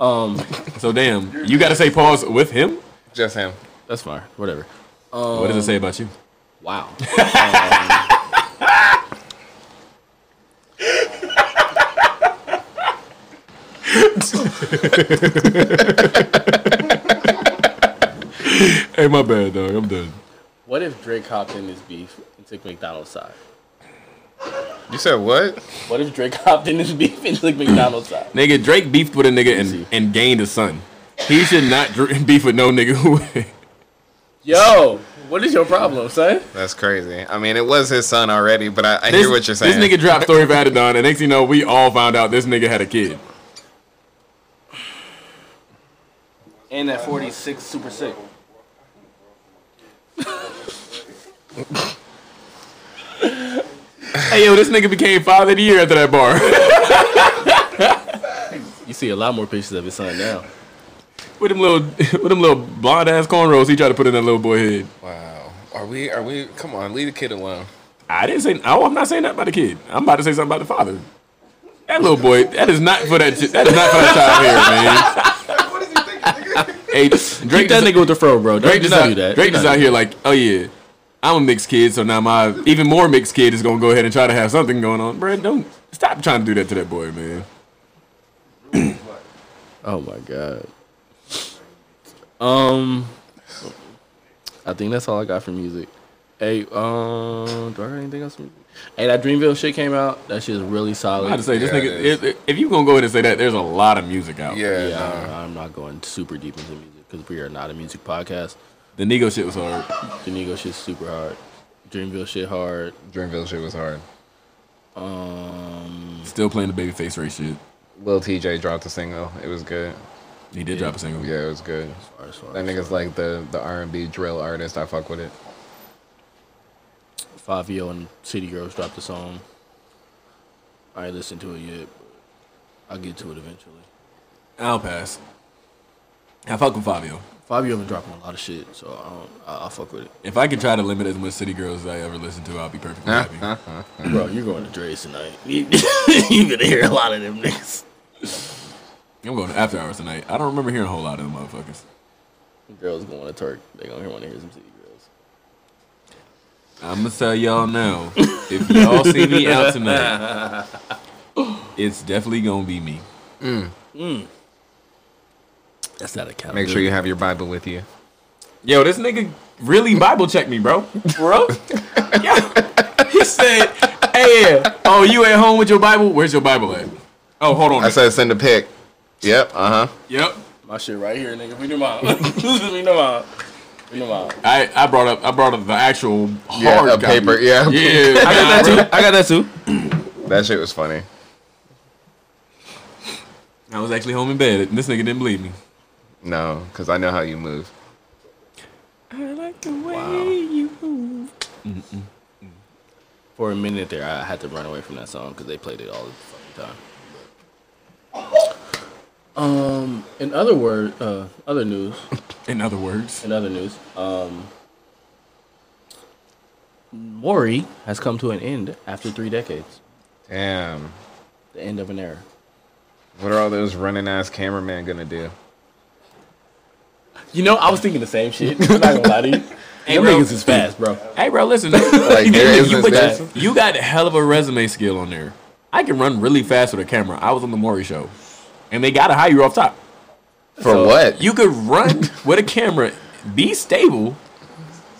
Um, So damn, you gotta say pause with him. Just him. that's fine, whatever. what does it say about you? Wow. Um, Hey, my bad, dog. I'm done. What if Drake hopped in his beef and took McDonald's side? You said what? What if Drake hopped in his beef and took McDonald's side? Nigga, Drake beefed with a nigga and, and gained a son. He should not dr- beef with no nigga who. Yo, what is your problem, son? That's crazy. I mean, it was his son already, but I, I hear what you're saying. This nigga dropped story of Adidon, and next thing you know, we all found out this nigga had a kid. and that 46 Super Sick. Hey yo, this nigga became father of the year after that bar. You see a lot more pictures of his son now. with them little, with them little blonde ass cornrows, he tried to put in that little boy head. Wow. Are we? Are we? Come on, leave the kid alone. I didn't say. Oh, I'm not saying that about the kid. I'm about to say something about the father. That little boy. That is not for that. chi- That is not for that What is he thinking, nigga? child hair, man. Hey, Drake. Keep that just- nigga with the fro, bro. Don't, Drake do just not out, do that. Drake Do just not out do here like, oh yeah, I'm a mixed kid, so now my even more mixed kid is gonna go ahead and try to have something going on. Bruh, don't stop trying to do that to that boy, man. that. Oh my god. Um, I think that's all I got for music. Hey, um, do I got anything else? for music? Hey, that Dreamville shit came out. That shit is really I had solid. to say this Yeah, nigga. it is. If, if- if you gonna go ahead and say that, there's a lot of music out. Yeah. yeah, no. I'm not going super deep into music because we are not a music podcast. The Nego shit was hard. The Nego shit's super hard. Dreamville shit hard. Dreamville shit was hard. Um, Still playing the babyface race shit. Lil TJ dropped a single. It was good. He did drop a single. Yeah, it was good. or as far That as- nigga's like the the R and B drill artist. I fuck with it. Fabio and City Girls dropped a song. I ain't listened to it yet. but I'll get to it eventually. I'll pass. I fuck with Fabio. Fabio been dropping a lot of shit, so I don't, I, I'll fuck with it. If I can try to limit as much City Girls as I ever listen to, I'll be perfectly happy. Bro, you're going to Dre's tonight. You, you gonna hear a lot of them niggas. I'm going to after hours tonight. I don't remember hearing a whole lot of them motherfuckers. Girls going to Turk. They gonna want to hear some City Girls. I'm gonna tell y'all now. If y'all see me out tonight, it's definitely gonna be me. That's not a count. Make sure you have your Bible with you. Yo, this nigga really Bible checked me, bro. Bro, Yo, he said, "Hey, oh, you at home with your Bible? Where's your Bible at? Oh, hold on. I said send a pic. Yep. Uh huh. yep. my shit right here, nigga. We do mine. we know mine. We know mine. I, I brought up I brought up the actual hard Yeah, a copy. paper. Yeah. Yeah, I got that I got that too. That shit was funny. I was actually home in bed, and this nigga didn't believe me. No, because I know how you move. For a minute there, I had to run away from that song because they played it all the fucking time. Um, in other word, uh, other news, In other words, in other news, um, Maury has come to an end after three decades. Damn. The end of an era. What are all those running ass cameramen gonna do? You know, I was thinking the same shit. I'm not gonna lie to you. Them bro. niggas is fast, bro. hey, bro, listen. like, there is you, this put- guy. you got a hell of a resume skill on there. I can run really fast with a camera. I was on the Maury show, and they gotta hire you off top. For what? You could run with a camera, be stable,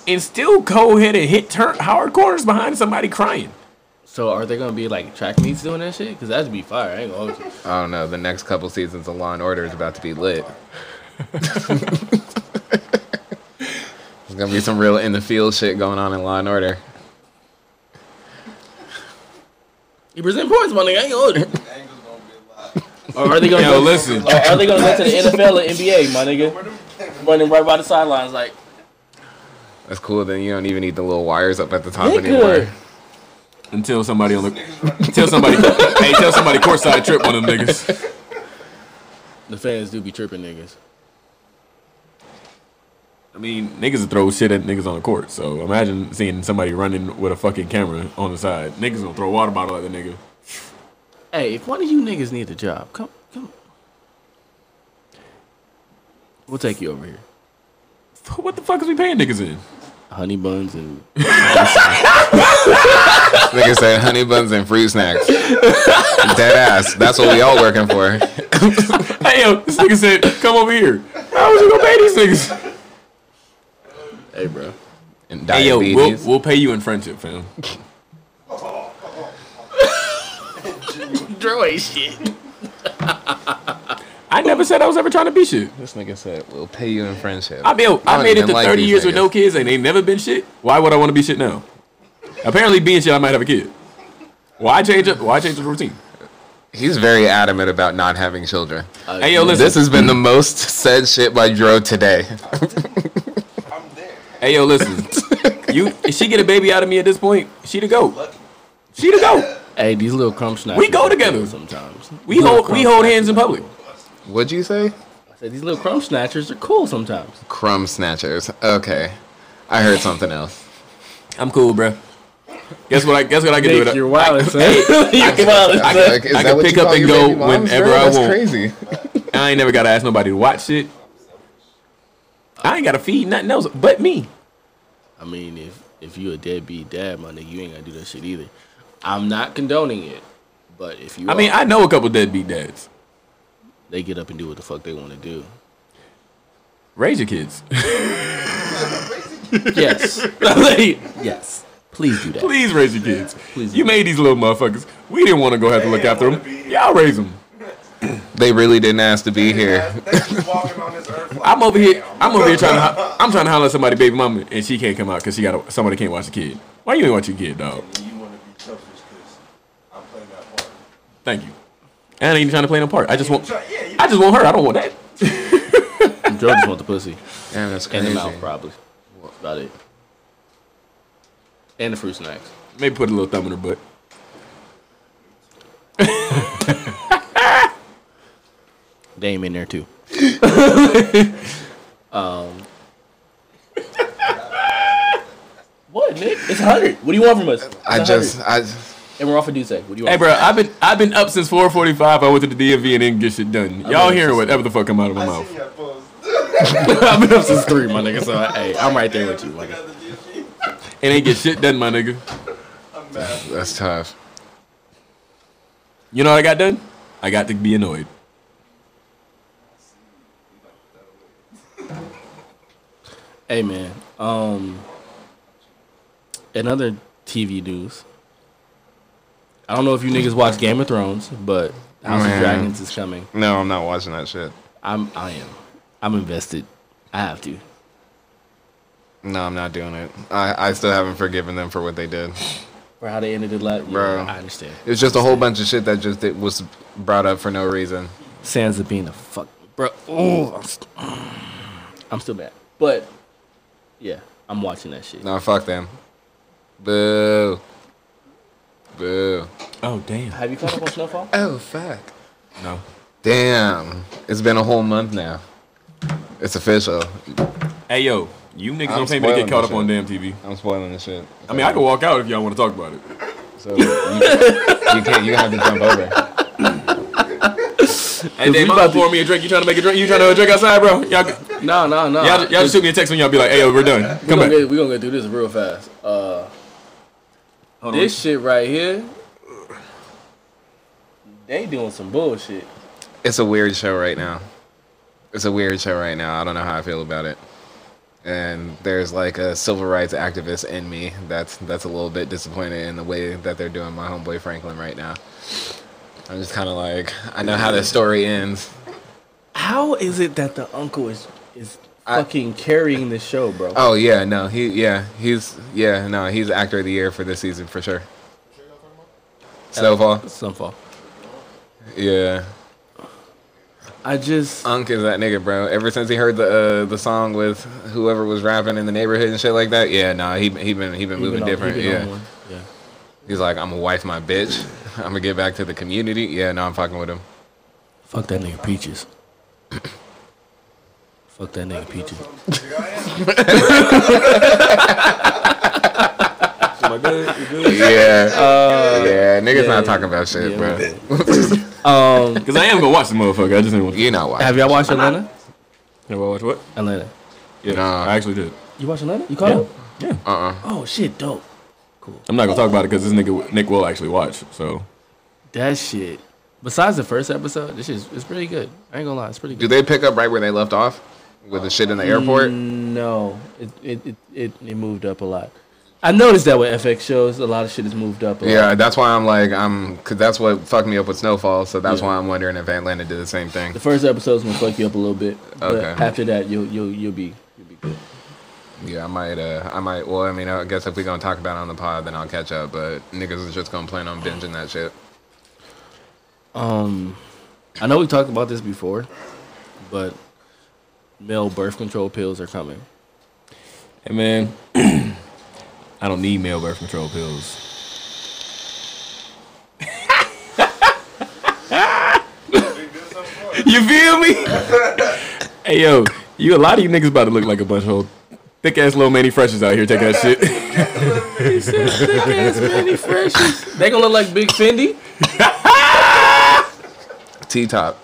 and still go ahead and hit turn hard corners behind somebody crying. So are they gonna be like track meets doing that shit? Cause that'd be fire. I ain't gonna hold you. I don't know. The next couple seasons of Law and Order is about to be lit. There's gonna be some real in the field shit going on in Law and Order. You present points, my nigga. I ain't gonna hold you. The angle's gonna be a lot. Or are they gonna Yo, go, listen. Or are they gonna go to the NFL and NBA, my nigga? Running right by the sidelines, like That's cool. Then you don't even need the little wires up at the top they anymore. could. Until somebody on the until somebody hey tell somebody courtside trip one of them niggas. The fans do be tripping, niggas. I mean niggas would throw shit at niggas on the court. So imagine seeing somebody running with a fucking camera on the side. Niggas gonna throw a water bottle at the nigga. Hey, if one of you niggas need a job, come, come. We'll take you over here. F- What the fuck is we paying niggas in? Honey buns and Nigga said honey buns and fruit snacks. Dead ass. That's what we all working for. Hey yo, this nigga said, come over here. How was you gonna pay these niggas? hey, bro. And Hey yo, diabetes. we'll, we'll pay you in friendship, fam. Droid shit. I never said I was ever trying to be shit. this nigga said we'll pay you in friendship. I mean, I don't made it even to like 30 these years with niggas. no kids and they never been shit. Why would I want to be shit now? Apparently, being shit, I might have a kid. Why change up? Why change the routine? He's very adamant about not having children. Uh, Hey, yo, listen. This has been the most said shit by Dro today. I'm there. Hey yo, listen. you if she get a baby out of me at this point, she to go. She to go. Hey, these little crumb snatchers. We go are together. cool sometimes. We These little hold we crumb hold snatchers hands in are public. cool. What'd you say? I said these little crumb snatchers are cool sometimes. Crumb snatchers. Okay. I heard something else. I'm cool, bruh. Guess what I guess what I can do Nick, with you're it. wild, son. You're wild, I, son. is I that can what pick you up call and your go baby moms, whenever bro? I That's want. crazy. I ain't never gotta ask nobody to watch shit. I ain't gotta feed nothing else but me. I mean, if if you a deadbeat dad, my nigga, you ain't gotta do that shit either. I'm not condoning it, but if you, I mean, are, I know a couple deadbeat dads. they get up and do what the fuck they want to do. Raise your kids. Yes, Like, yes. Please do that. Please raise your kids. please. You made these little motherfuckers. We didn't want to go have to look after them. Y'all raise them. They really didn't ask to be here. Thanks for walking on this earth. Like, I'm over here. I'm over here trying to. ho- I'm trying to holler at somebody, baby mama, and she can't come out because she got a, somebody can't watch the kid. Why you ain't watch your kid, dog? You want to be tough because I'm playing that part. Thank you. I ain't even trying to play no part. I just want. Try- yeah, you I just want her. I don't want that. Joe just want the pussy Damn, that's and crazy. the mouth, probably. That's about it. And the fruit snacks. Maybe put a little thumb in her butt. Dame in there too. um. What, Nick? It's hundred. What do you want from us? It's I 100. just, I, and we're off a Duce. What do you want? Hey, bro, I've been I've been up since 4:45. I went to the DMV and didn't get shit done. Y'all hearing whatever the fuck come out of my I seen mouth? that post. I've been up since three, my nigga. So hey, I'm right there with you, my Look nigga. at the DFG. And ain't get shit done, my nigga. I'm mad. that's tough. You know what I got done? I got to be annoyed. Hey man, um, another TV news. I don't know if you niggas watch Game of Thrones, but House Man. of Dragons is coming. No, I'm not watching that shit. I'm, I am, I'm invested. I have to. No, I'm not doing it. I, I still haven't forgiven them for what they did. For how they ended it, last, Bro. I understand. It's just a whole bunch of shit that just it was brought up for no reason. Sansa being a fuck, bro. Oh, I'm, st- I'm still mad, but yeah, I'm watching that shit. No, fuck them. Boo. Boo. Oh damn. Have you caught up on Snowfall? Oh fuck. No. Damn. It's been a whole month now. It's official. Hey yo, you niggas I'm don't pay me to spoiling get caught this up on damn shit. TV. I'm spoiling the shit. I mean, I can walk out if y'all want to talk about it. So you, you can't. You have to jump over. Hey, Dave, we mom about to- pour me a drink. You trying to make a drink? You trying to drink outside, bro? Y'all, y'all, No, no, no. y'all just shoot me a text when y'all be like, "Hey, yo, we're done. We're Come gonna, back." get, we gonna get through this real fast. Uh, this shit right here, they doing some bullshit. It's a weird show right now. It's a weird show right now. I don't know how I feel about it. And there's like a civil rights activist in me that's that's a little bit disappointed in the way that they're doing my homeboy Franklin right now. I'm just kind of like, I know how the story ends. How is it that the uncle is is I- fucking carrying this show, bro? Oh yeah, no, he yeah, he's yeah, no, he's actor of the year for this season for sure. Snowfall. Snowfall. Yeah. I just Unk is that nigga, bro. Ever since he heard the uh, the song with whoever was rapping in the neighborhood and shit like that, yeah, nah, he he been he been he moving been on- he different. been on yeah, one. yeah. he's like, I'm gonna wife my bitch. I'm gonna get back to the community. Yeah, no, I'm fucking with him. Fuck that nigga peaches. Fuck that nigga peaches. My good, you good? Yeah, yeah, niggas not talking about shit, Uh, yeah, bro. Cause I am gonna watch the motherfucker. I just didn't want to. You know why? Have y'all watched Atlanta? You wanna watch what? Atlanta. Yeah, Nah. I actually did. You watch Atlanta? You caught up? Yeah, Uh-uh. Oh shit, dope. I'm not gonna talk about it because this nigga Nick will actually watch. So That shit. Besides the first episode, this is it's pretty good. I ain't gonna lie, it's pretty good. Do they pick up right where they left off with the shit in the airport? Mm. No, it it, it it it moved up a lot. I noticed that with FX shows, a lot of shit has moved up. A lot. Yeah, that's why I'm like, I'm, cause that's what fucked me up with Snowfall. So that's Yeah. why I'm wondering if Atlanta did the same thing. The first episode's gonna fuck you up a little bit, but Okay. after that, you'll you'll you'll be you'll be good. Yeah, I might, uh, I might. Well, I mean, I guess if we gonna talk about it on the pod, then I'll catch up. But niggas is just gonna plan on binging that shit. Um, I know we talked about this before, but male birth control pills are coming. Hey man, I don't need male birth control pills. you feel me? hey yo, you a lot of you niggas about to look like a bunch of old thick ass little Manny Freshes out here taking that shit. They gonna look like Big Fendi. T top.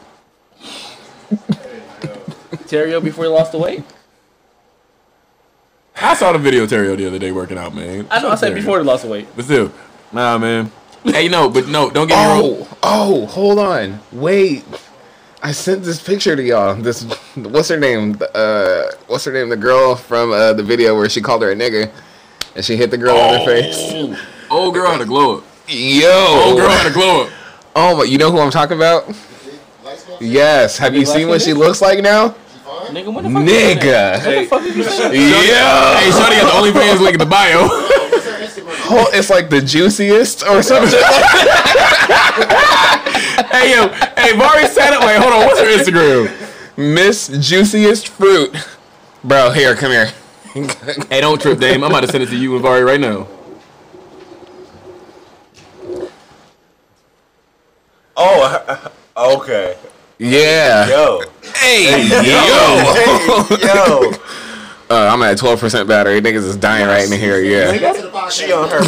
Terrio before he lost the weight. I saw the video of Terrio the other day working out, man. I know I said Terrio. before he lost the weight. But still, nah, man. Hey, no, but no, don't get me wrong. Oh, oh, hold on. Wait. I sent this picture to y'all. This what's her name? The, Uh what's her name? The girl from uh, the video where she called her a nigger and she hit the girl in the face. Old girl had a glow up. Yo. Old Oh, girl had a glow up. Oh my, you know who I'm talking about? Yes. Have you seen what she looks like now? Nigga, what the fuck? Nigga. What the fuck is you saying? Yo. Hey, Shorty got the OnlyFans link in the bio. Whole- It's like the juiciest or something. hey, yo, hey, Mari sat up. Wait, hold on. What's her Instagram? Miss Juiciest Fruit. Bro, here, come here. Hey, don't trip, Dame. I'm about to send it to you and Vari right now. Oh, okay. Yeah. Yo. Hey, yo. Hey, yo. Uh, I'm at 12% battery. Niggas is dying right in here. Yeah. She on her.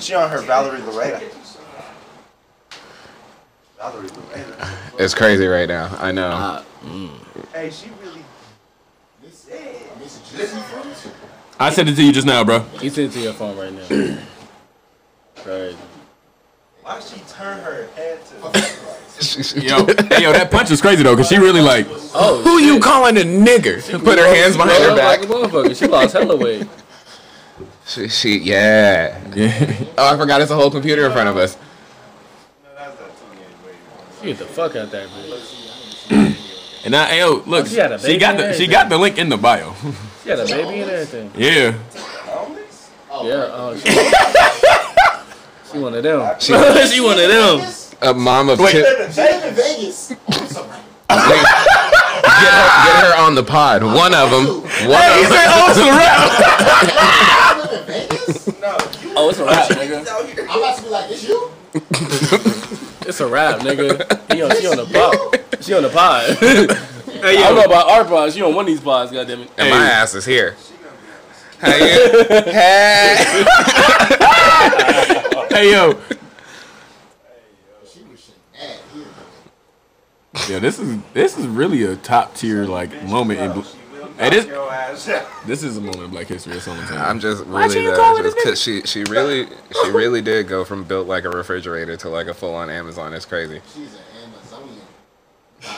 She on her Valerie Loretta. Valerie Loretta. It's crazy right now. I know. Hey, she really. I sent it to you just now, bro. He's into your phone right now. Right. Why she turn her head to? Yo, hey, yo, that punch is crazy though, cause she really like. Oh, Who you calling a nigger? Put her hands behind her Like a back. motherfucker. She lost hella weight. She, she, yeah. Oh, I forgot it's a whole computer in front of us. She Get the fuck out that bitch. And I, hey, yo, look, Oh, she, she had a baby got the and she got the link in the bio. She had a baby and everything. yeah. Yeah. Oh, she, she one of them. She, one of them. A mom of Wait. two. Get her, get her on the pod. One of them. One of them. oh, it's a wrap. Oh, it's a wrap, nigga. I'm about to be like, it's you? It's a wrap, nigga. She on, she on the pod. She on the pod. I don't know about our pod. She on one of these pods. Goddamn it. And my ass is here. How you? Hey. Hey, yo. Yeah, this is this is really a top tier like moment in. Bl- Hey, this Yo ass. this is a moment in Black History. That's all I'm saying. I'm just really though, just 'cause she she really she really did go from built like a refrigerator to like a full on Amazon. It's crazy. She's an Amazonian.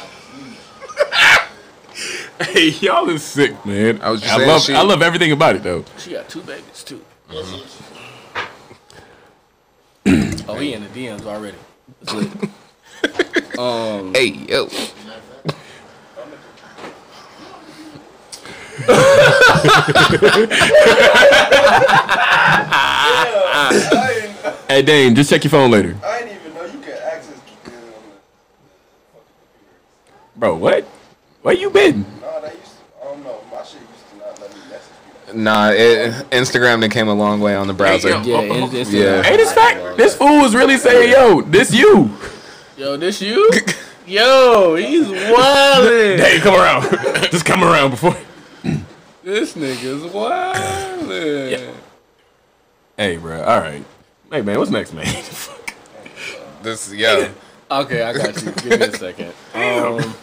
Hey, y'all is sick, man. I was just I saying love she- I love everything about it though. She got two babies too. Mm-hmm. oh, he in the DMs already. It's lit. Hey yo. I didn't, Hey, Dane, just check your phone later, I didn't even know you could access. the- the- bro. What? Where you been? No, they used to. I don't know. My shit used to not let me message people. Nah, it, Instagram that came a long way on the browser. Hey, Yeah, it's, it's Yeah. Hey, this fact, this fool was really saying, "Yo, this you." Yo, this you? Yo, he's wildin'. Hey, come around. just come around before. this nigga's wildin'. Hey, bro. All right. Hey, man. What's next, man? Fuck. This yo. Okay, I got you. Give me a second. Um,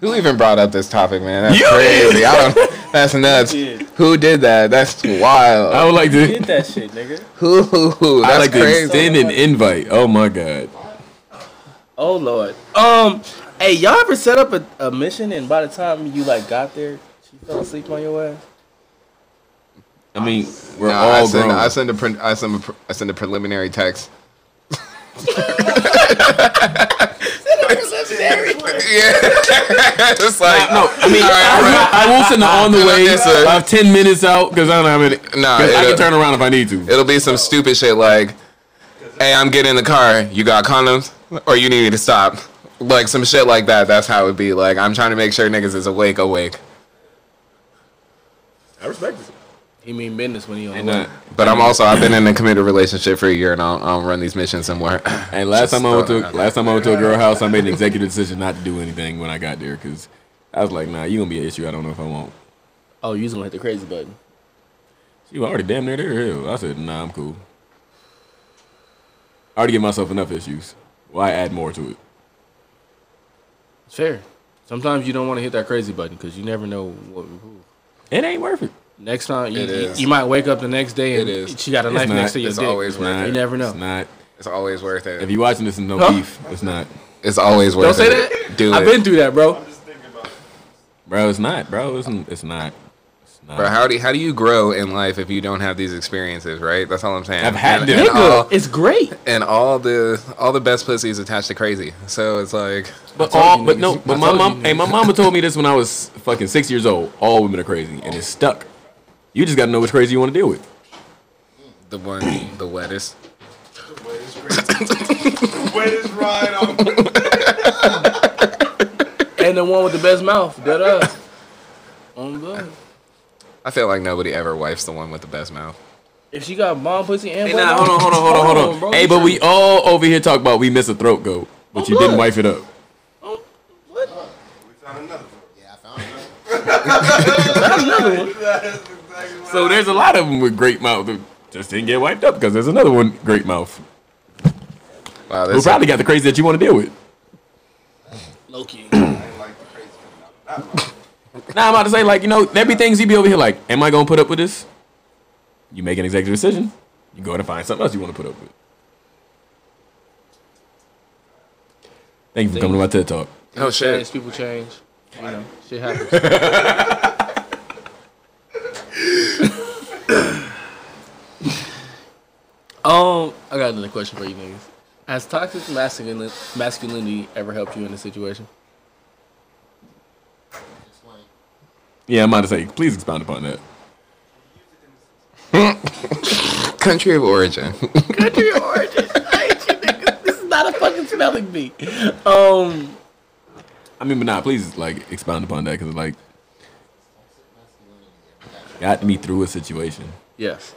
Who even brought up this topic, man? That's You crazy. I don't. That's nuts. did. Who did that? That's wild. I would like to. did that shit, nigga. Who? who- who? I That's like to crazy. extend an invite. Oh my god. Oh lord. Um, hey, y'all ever set up a, a mission and by the time you like got there, she fell asleep on your ass? I mean, we're No, I all send. grown. I send a print. I send. A, pre- I send a preliminary text. yeah. it's like no, I mean, All right, all right. I will send it on the way. Yes, sir. I have ten minutes out because I don't know how many. Nah, Cause I it'll- can turn around if I need to. It'll be some stupid shit like, hey, I'm getting in the car. You got condoms, or you need me to stop? Like some shit like that. That's how it would be. Like I'm trying to make sure niggas is awake, awake. I respect it. He mean business when he on Ain't the that- way. But I'm also I've been in a committed relationship for a year, and I'll, I'll run these missions somewhere. And last Just time I went throwing it to out last time I went to a girl house, I made an executive decision not to do anything when I got there because I was like, "Nah, you gonna be an issue. I don't know if I want." Oh, you just gonna hit the crazy button. She was already damn near there. Hell, I said, "Nah, I'm cool." I already give myself enough issues. Why add more to it? It's fair. Sometimes you don't want to hit that crazy button because you never know what. Who. It ain't worth it. Next time you, It you, is. you might wake up the next day and It is. she got a It's knife not. next to your It's dick. always worth Nah, you never know. It's not. It's always worth it. If you watching this, and no Huh? beef. It's not, it's always worth Don't say it. that. Do I've it. been through that, bro. bro. It's not, bro. It's n- it's not. It's not. Bro, how do you, how do you grow in life if you don't have these experiences, right? That's all I'm saying. I've had and, them. And Nigga, all, it's great. and all the all the best pussies attached to crazy. So it's like But told all, you but niggas. no, I but my told you mom, hey, my mama told me this when I was fucking six years old. All women are crazy, and it's stuck. You just got to know which crazy you want to deal with. the one the wettest. Wettest ride on. And the one with the best mouth, dead ass. On blood. I feel like nobody ever wipes the one with the best mouth. If she got bomb pussy and Hey, butt nah, hold on, mouth, hold on, hold on, hold on. bro, hey, you but we tripping. all over here talk about we miss a throat goat, but you didn't look. wife it up. Yeah, I found it. So there's a lot of them with great mouth that just didn't get wiped up because there's another one great mouth Wow, who this probably got the crazy that you want to deal with. Loki. Nah, I'm about to say like you know there be things you be over here like, am I gonna put up with this? You make an executive decision. You go and find something else you want to put up with. Thank you for coming to my TED talk. oh shit. Change, people change. You know, shit happens. um, I got another question for you niggas. Has toxic masculinity, masculinity ever helped you in this situation? Explain. Yeah, I'm about to say, please expound upon that. Country of origin. Country of origin. I hate you niggas. This is not a fucking smelling bee. Um, I mean, but nah, please like expound upon that because like got me through a situation yes,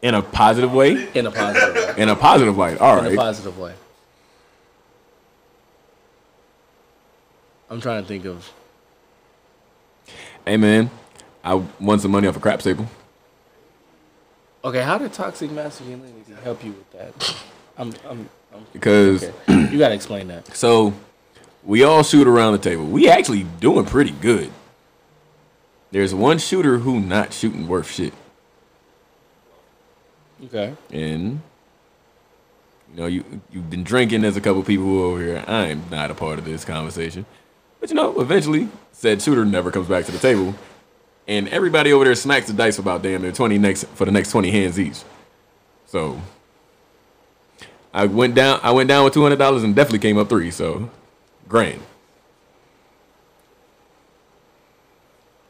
in a positive way, in a positive way. in a positive light. All in a right, positive way. I'm trying to think of. hey man, I won some money off a crap staple. Okay, how did toxic masculinity help you with that? I'm, I'm, I'm Because okay. You gotta explain that. so we all shoot around the table. We actually doing pretty good. There's one shooter who not shooting worth shit, Okay. and you know you you've been drinking. There's a couple people who are over here. I am not a part of this conversation, but you know eventually said shooter never comes back to the table, and everybody over there smacks the dice for about damn near twenty next for the next twenty hands each. So I went down. I went down with two hundred dollars and definitely came up three. So grand.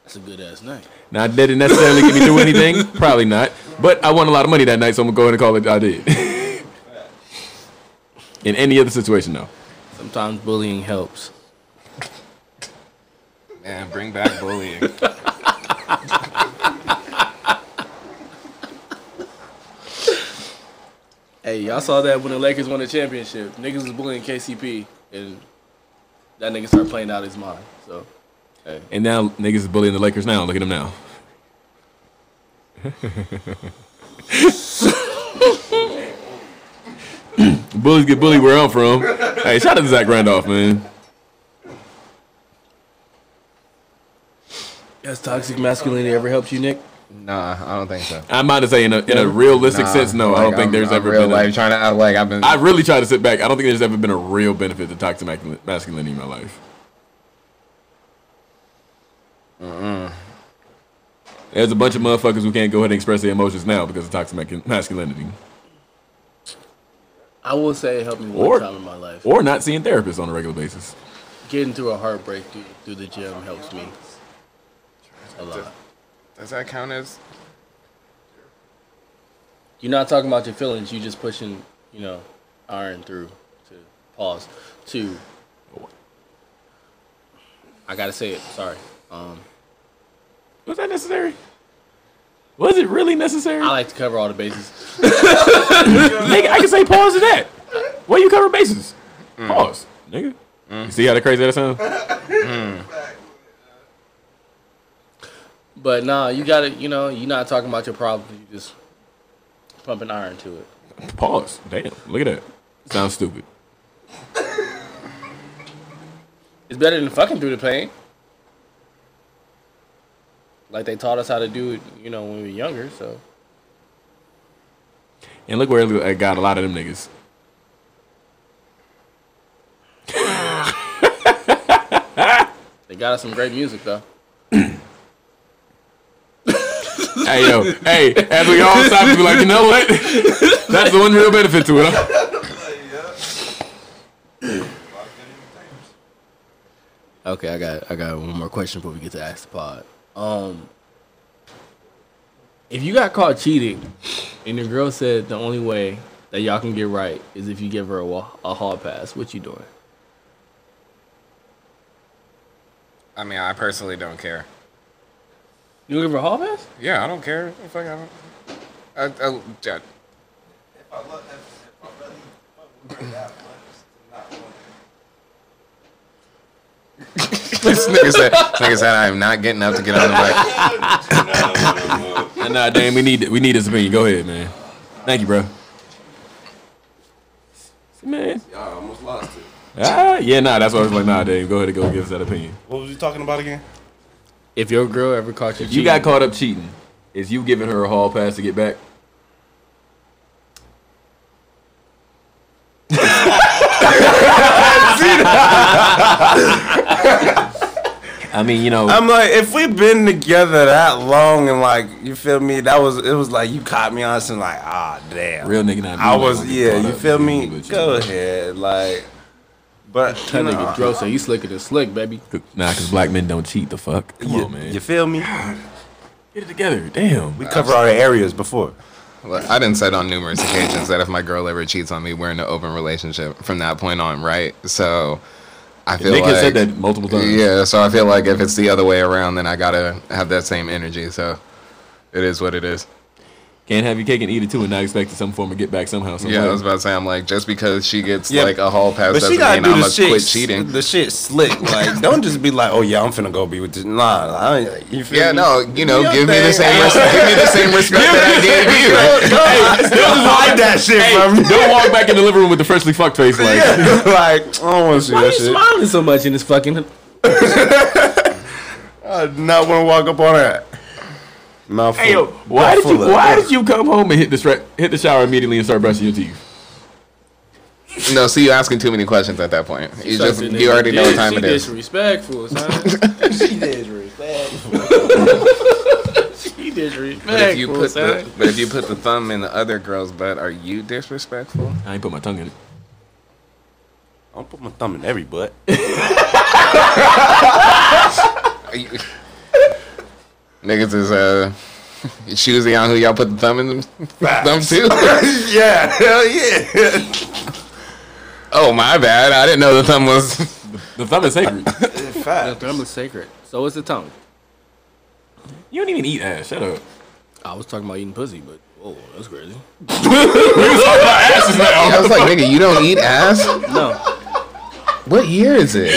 That's a good ass night. Now, did it necessarily get me through anything? Probably not. But I won a lot of money that night, so I'm gonna go ahead and call it I did. In any other situation, though. Sometimes bullying helps. Man, bring back bullying. Hey, y'all saw that when the Lakers won the championship. Niggas was bullying KCP, and that nigga started playing out his mind. So, hey, And now niggas is bullying the Lakers now. Look at them now. Bullies get bullied where I'm from. Hey, shout out to Zach Randolph, man. has toxic masculinity ever helped you, Nick? nah, I don't think so. I'm about to say in a in a realistic Nah, sense, no, I like, don't think I'm- there's I'm ever real been. life A, trying to I, like I've been I really try to sit back. I don't think there's ever been a real benefit to toxic masculin- masculinity in my life. There's a bunch of motherfuckers who can't go ahead and express their emotions now because of toxic ma- masculinity, I will say it helped me one Or- time in my life. or not seeing therapists on a regular basis. Getting through a heartbreak through, through the gym helps me a lot. Does that count as You're not talking about your feelings. You just pushing, you know, iron through. To pause. To. I gotta say it. Sorry. Um, Was that necessary? Was it really necessary? I like to cover all the bases. nigga, I can say pause to that. Why you cover bases? Mm. Pause, nigga. You see how the crazy that sounds? But nah, you gotta, you know, you're not talking about your problems. You just pumping iron to it. Pause. Damn, look at that. Sounds stupid. It's better than fucking through the pain. Like they taught us how to do it, you know, when we were younger. So And look where it got a lot of them niggas. they got us some great music though. hey yo, hey, as we all stop and be like, you know what? That's the one real benefit to it. huh? Okay, I got I got one more question before we get to ask the pod. Um, if you got caught cheating, and your girl said the only way that y'all can get right is if you give her a, wa- a hall pass, what you doing? I mean, I personally don't care. You give her a hall pass? Yeah, I don't care. Fuck, I don't. I, I, yeah. this nigga said, nigga said, I am not getting up to get on the bike. Nah, nah, damn, we need we need this opinion. Go ahead, man. Thank you, bro. See, man. I almost lost it. Ah, yeah, nah, that's why I was like, nah, Dave, go ahead and go give us that opinion. What was you talking about again? If your girl ever caught you, If you got caught up cheating, is you giving her a hall pass to get back? I mean, you know, I'm like, if we've been together that long and like, you feel me? That was it was like you caught me on some like, ah, damn. real nigga not. I do that was when get yeah, caught you up feel cheating, me? but you Go know. ahead, like, but you, that know, nigga Dro said you slicker than slick, baby. Nah, cause black men don't cheat. The fuck, come you, on, man, you feel me? get it together. Damn, We covered all the areas before. Look, I done said on numerous occasions that if my girl ever cheats on me, we're in an open relationship from that point on, right? So I feel Nick like has said that multiple times. Yeah, so I feel like if it's the other way around, then I gotta have that same energy. So it is what it is. Can't have your cake and eat it too, and not expect some form of get back somehow. Some Yeah, I way. was about to say, I'm like, just because she gets Yeah, like a hall pass But doesn't she mean gotta I'm do gonna the shit, quit cheating. the shit slick. Like, don't just be like, oh yeah, I'm finna go be with this. Nah, I, ain't- you feel yeah, me? no, you know, your give me the thing. same res- give me the same respect that I gave you. Go, go, I still like that shit, Hey, from me. don't walk back in the living room with the freshly fucked face. Like, Yeah, like, I don't want to see Why that you shit. smiling so much in this fucking? I do not want to walk up on that. Mouthful. Hey yo, why did you why did you come home and hit the stra- hit the shower immediately and start brushing your teeth? No, see, you asking too many questions at that point. You just She you already know what time she it is. Disrespectful, son. She disrespectful. she disrespectful, But if you put son. the but if you put the thumb in the other girl's butt, are you disrespectful? I ain't put my tongue in it. I'll put my thumb in every butt. Are you- Niggas is uh choosy on who y'all put the thumb in them thumb too. yeah, hell yeah. oh my bad, I didn't know the thumb was. The thumb is sacred. The thumb is sacred. So is the tongue. you don't even eat ass. Shut up. I was talking about eating pussy, but oh, that's crazy. I was like, nigga, you don't eat ass. No, What year is it?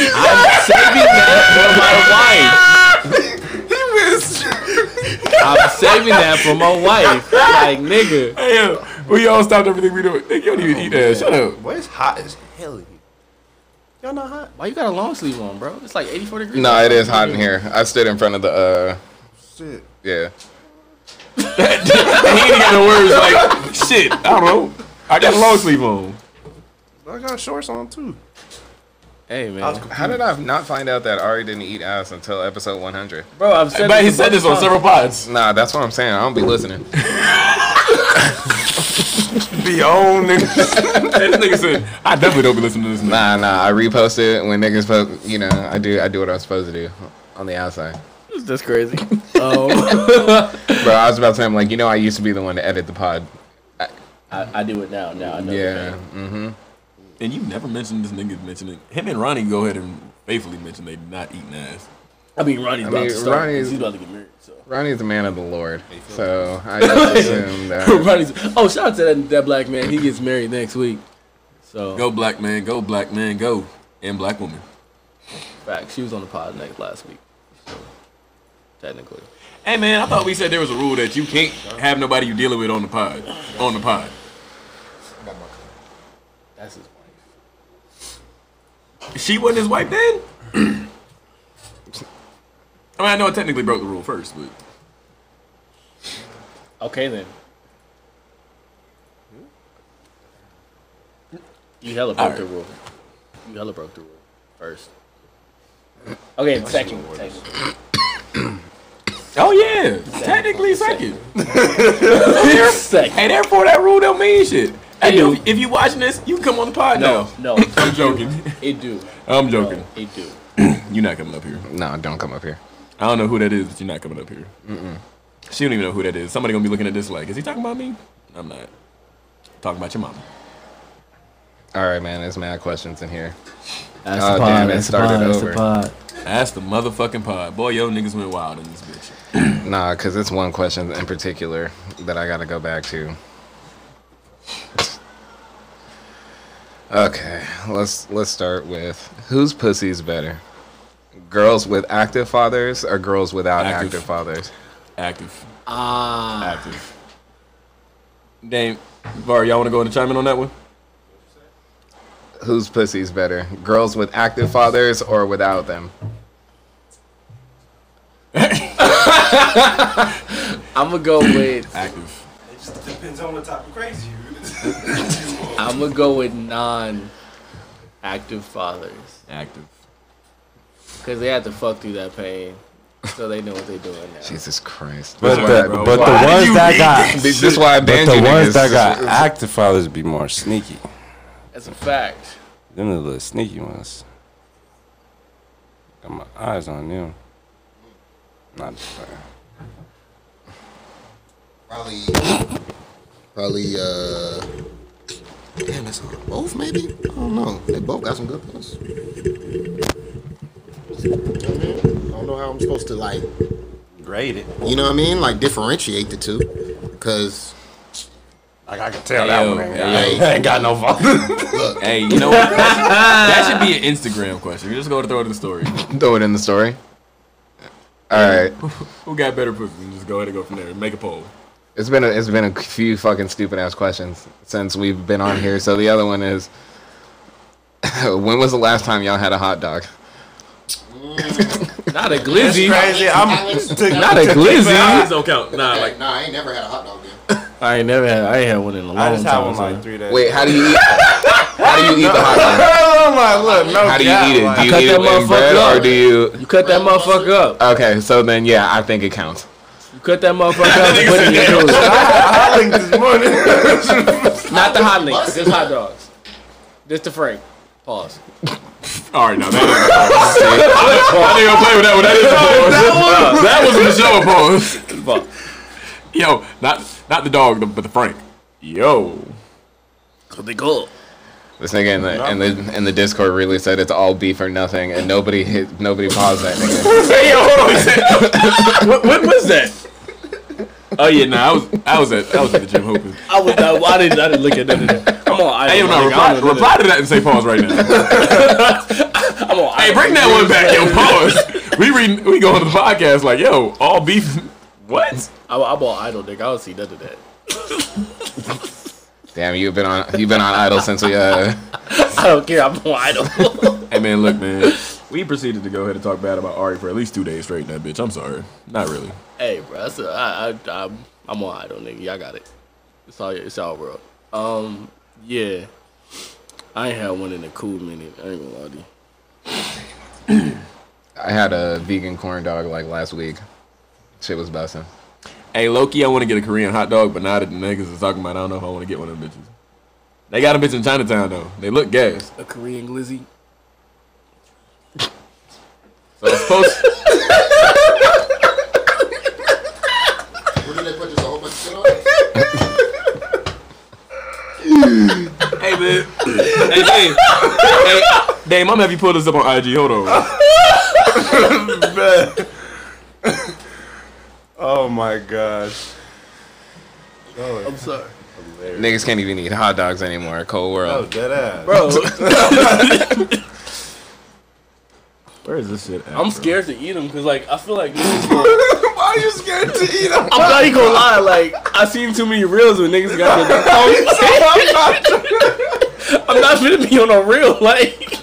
I'm saving that for my wife. Like nigga, Hey yo, we all stopped everything we doing. Nigga, you don't even Oh, eat ass. Shut up. Boy, it's hot as hell here. Y'all not hot? why you got a long sleeve on, bro? It's like 84 degrees. No, it is hot in here. I stood in front of the uh Shit. yeah. And he ain't got no words. Like shit. I don't know. I got a long sleeve on. I got shorts on too. Hey man, How did I not find out that Ari didn't eat ass until episode 100? bro, I've said. But he this a said this on bunch of several pods. Nah, that's what I'm saying. I don't be listening. Be on, nigga. And this nigga said, I definitely don't be listening to this. Nigga. Nah, nah. I repost it when niggas post. You know, I do. I do what I'm supposed to do on the outside. times. That's crazy. Oh, Bro, I was about to say, I'm like, you know, I used to be the one to edit the pod. I, I do it now. Now I know. the Yeah, name. mm-hmm. And you never mentioned this nigga mentioning him and Ronnie go ahead and faithfully mention they not eating ass. I mean, Ronnie's I about mean, to start. Ronnie's- he's about to get married. So. Ronnie's a man of the Lord, so I just assume that. Ronnie's, oh, shout out to that, that black man. He gets married next week. So Go black man, go black man, go. And black woman. Fact. She was on the pod next last week. So, technically. Hey man, I thought we said there was a rule that you can't have nobody you dealing with on the pod. On the pod. That's his wife. She wasn't his wife then? I mean I know I technically broke the rule first, but Okay then. You hella broke All right. the rule. You hella broke the rule first. Okay, second. second. Oh yeah. Technically second. Second. Hey therefore that rule don't mean shit. Hey, Hey, yo. if, if you watching this, you can come on the pod No, now. no, I'm joking. it do. I'm joking. It do. You're not coming up here. No, don't come up here. I don't know who that is, but you're not coming up here. She don't even know who that is. Somebody gonna be looking at this like, is he talking about me? I'm not. Talking about your mama. All right, man. There's mad questions in here. That's Oh, damn, it started over. pod. That's the motherfucking pod. Boy, yo niggas went wild in this bitch. Nah, because it's one question in particular that I got to go back to. Okay, let's let's start with whose pussy's better, girls with active fathers or girls without active, Active. fathers? Active. Ah, Active. Dame, Var, y'all wanna go and chime in on that one? Whose pussy's better, girls with active fathers or without them? I'm gonna go with Active. It just depends on the type of crazy you is. I'm gonna go with non-active fathers Active. because they had to fuck through that pain, so they know what they're doing now. Jesus Christ! But This Sorry, the bro. but Why the did you ones that read got this is why I but banned the you ones niggas. that got active fathers be more sneaky. That's a fact. Them the little sneaky ones. Got my eyes on them. Not just playing. Probably, probably. uh Damn, that's on both. Maybe I don't know. They both got some good puns. I mean, I don't know how I'm supposed to like Grade it. You know what I mean? Like differentiate the two, because Like I can tell Hey, that yo, one ain't, hey, got- ain't got no father. Hey, you know what? that should be an Instagram question. We just go to throw it in the story. Throw it in the story. All right, Who got better pussy? And just go ahead and go from there. Make a poll. It's been a, it's been a few fucking stupid ass questions since we've been on here. So the other one is, when was the last time y'all had a hot dog? Not a glizzy. I'm Not a glizzy. don't count. Nah, like nah, I ain't never had a hot dog then. I ain't never had. I ain't had one in a long I just had time. one so. like three days. Wait, how do you eat? How do you eat the hot I'm like, Oh look, no. dog? How do you cap, eat it? like- Do you cut eat that it with bread motherfucker or up. do you? you cut that motherfucker up. Okay, so then yeah, I think it counts. You cut that motherfucker up. and put it in your noodles. I think this morning. Not the hot links. Just hot dogs. Just the Frank. Pause. All right, now that is a pause. I ain't gonna play with that one. That is a pause. That was the show a pause. Yo, not not the dog, but the Frank. Yo, Could be cool. This nigga in the in the in the Discord really said it's all beef or nothing, and nobody hit nobody paused that nigga. hey, yo, hold on. he said- what, what was that? Oh yeah, nah, I was I was at I was at the gym hoping. I was. I, I didn't. I didn't look at none of that. Come on. I, Hey, yo, didn't now look at reply, none of reply to that and say pause right now. that. Come on. Hey, I- bring that one back, yo. Pause. We read we go on the podcast like, yo, all beef. What? I, I bought Idol Dick. I don't see none of that. Damn, you've been on you've been on idle since we uh. I don't care. I'm on Idol. Hey man, look, man. We proceeded to go ahead and talk bad about Ari for at least two days straight. in That bitch. I'm sorry. Not really. hey, bro. That's a, I, I, I'm, I'm on Idol, nigga. Y'all got it. It's all. It's all world. Um. Yeah. I ain't had one in a cool minute. I ain't gonna lie to you. I had a vegan corn dog like last week. Shit was busting. Hey Loki, I want to get a Korean hot dog, but now that the niggas is talking about, I don't know if I want to get one of them bitches. They got a bitch in Chinatown though. They look gas. A Korean glizzy. So it's supposed. What did they put just a whole bunch of shit on? it? hey, man. hey, Dave. Hey, Dave, I'm gonna have you pull this up on IG. Hold on. oh my gosh. I'm sorry. Niggas can't even eat hot dogs anymore. Cold Oh, world. dead ass. Bro. Where is this shit at? I'm scared to eat them because, like, I feel like niggas gonna- Why are you scared to eat them? I'm not even gonna lie. Like, I seen too many reels with niggas got their I'm not finna be on a reel. Like,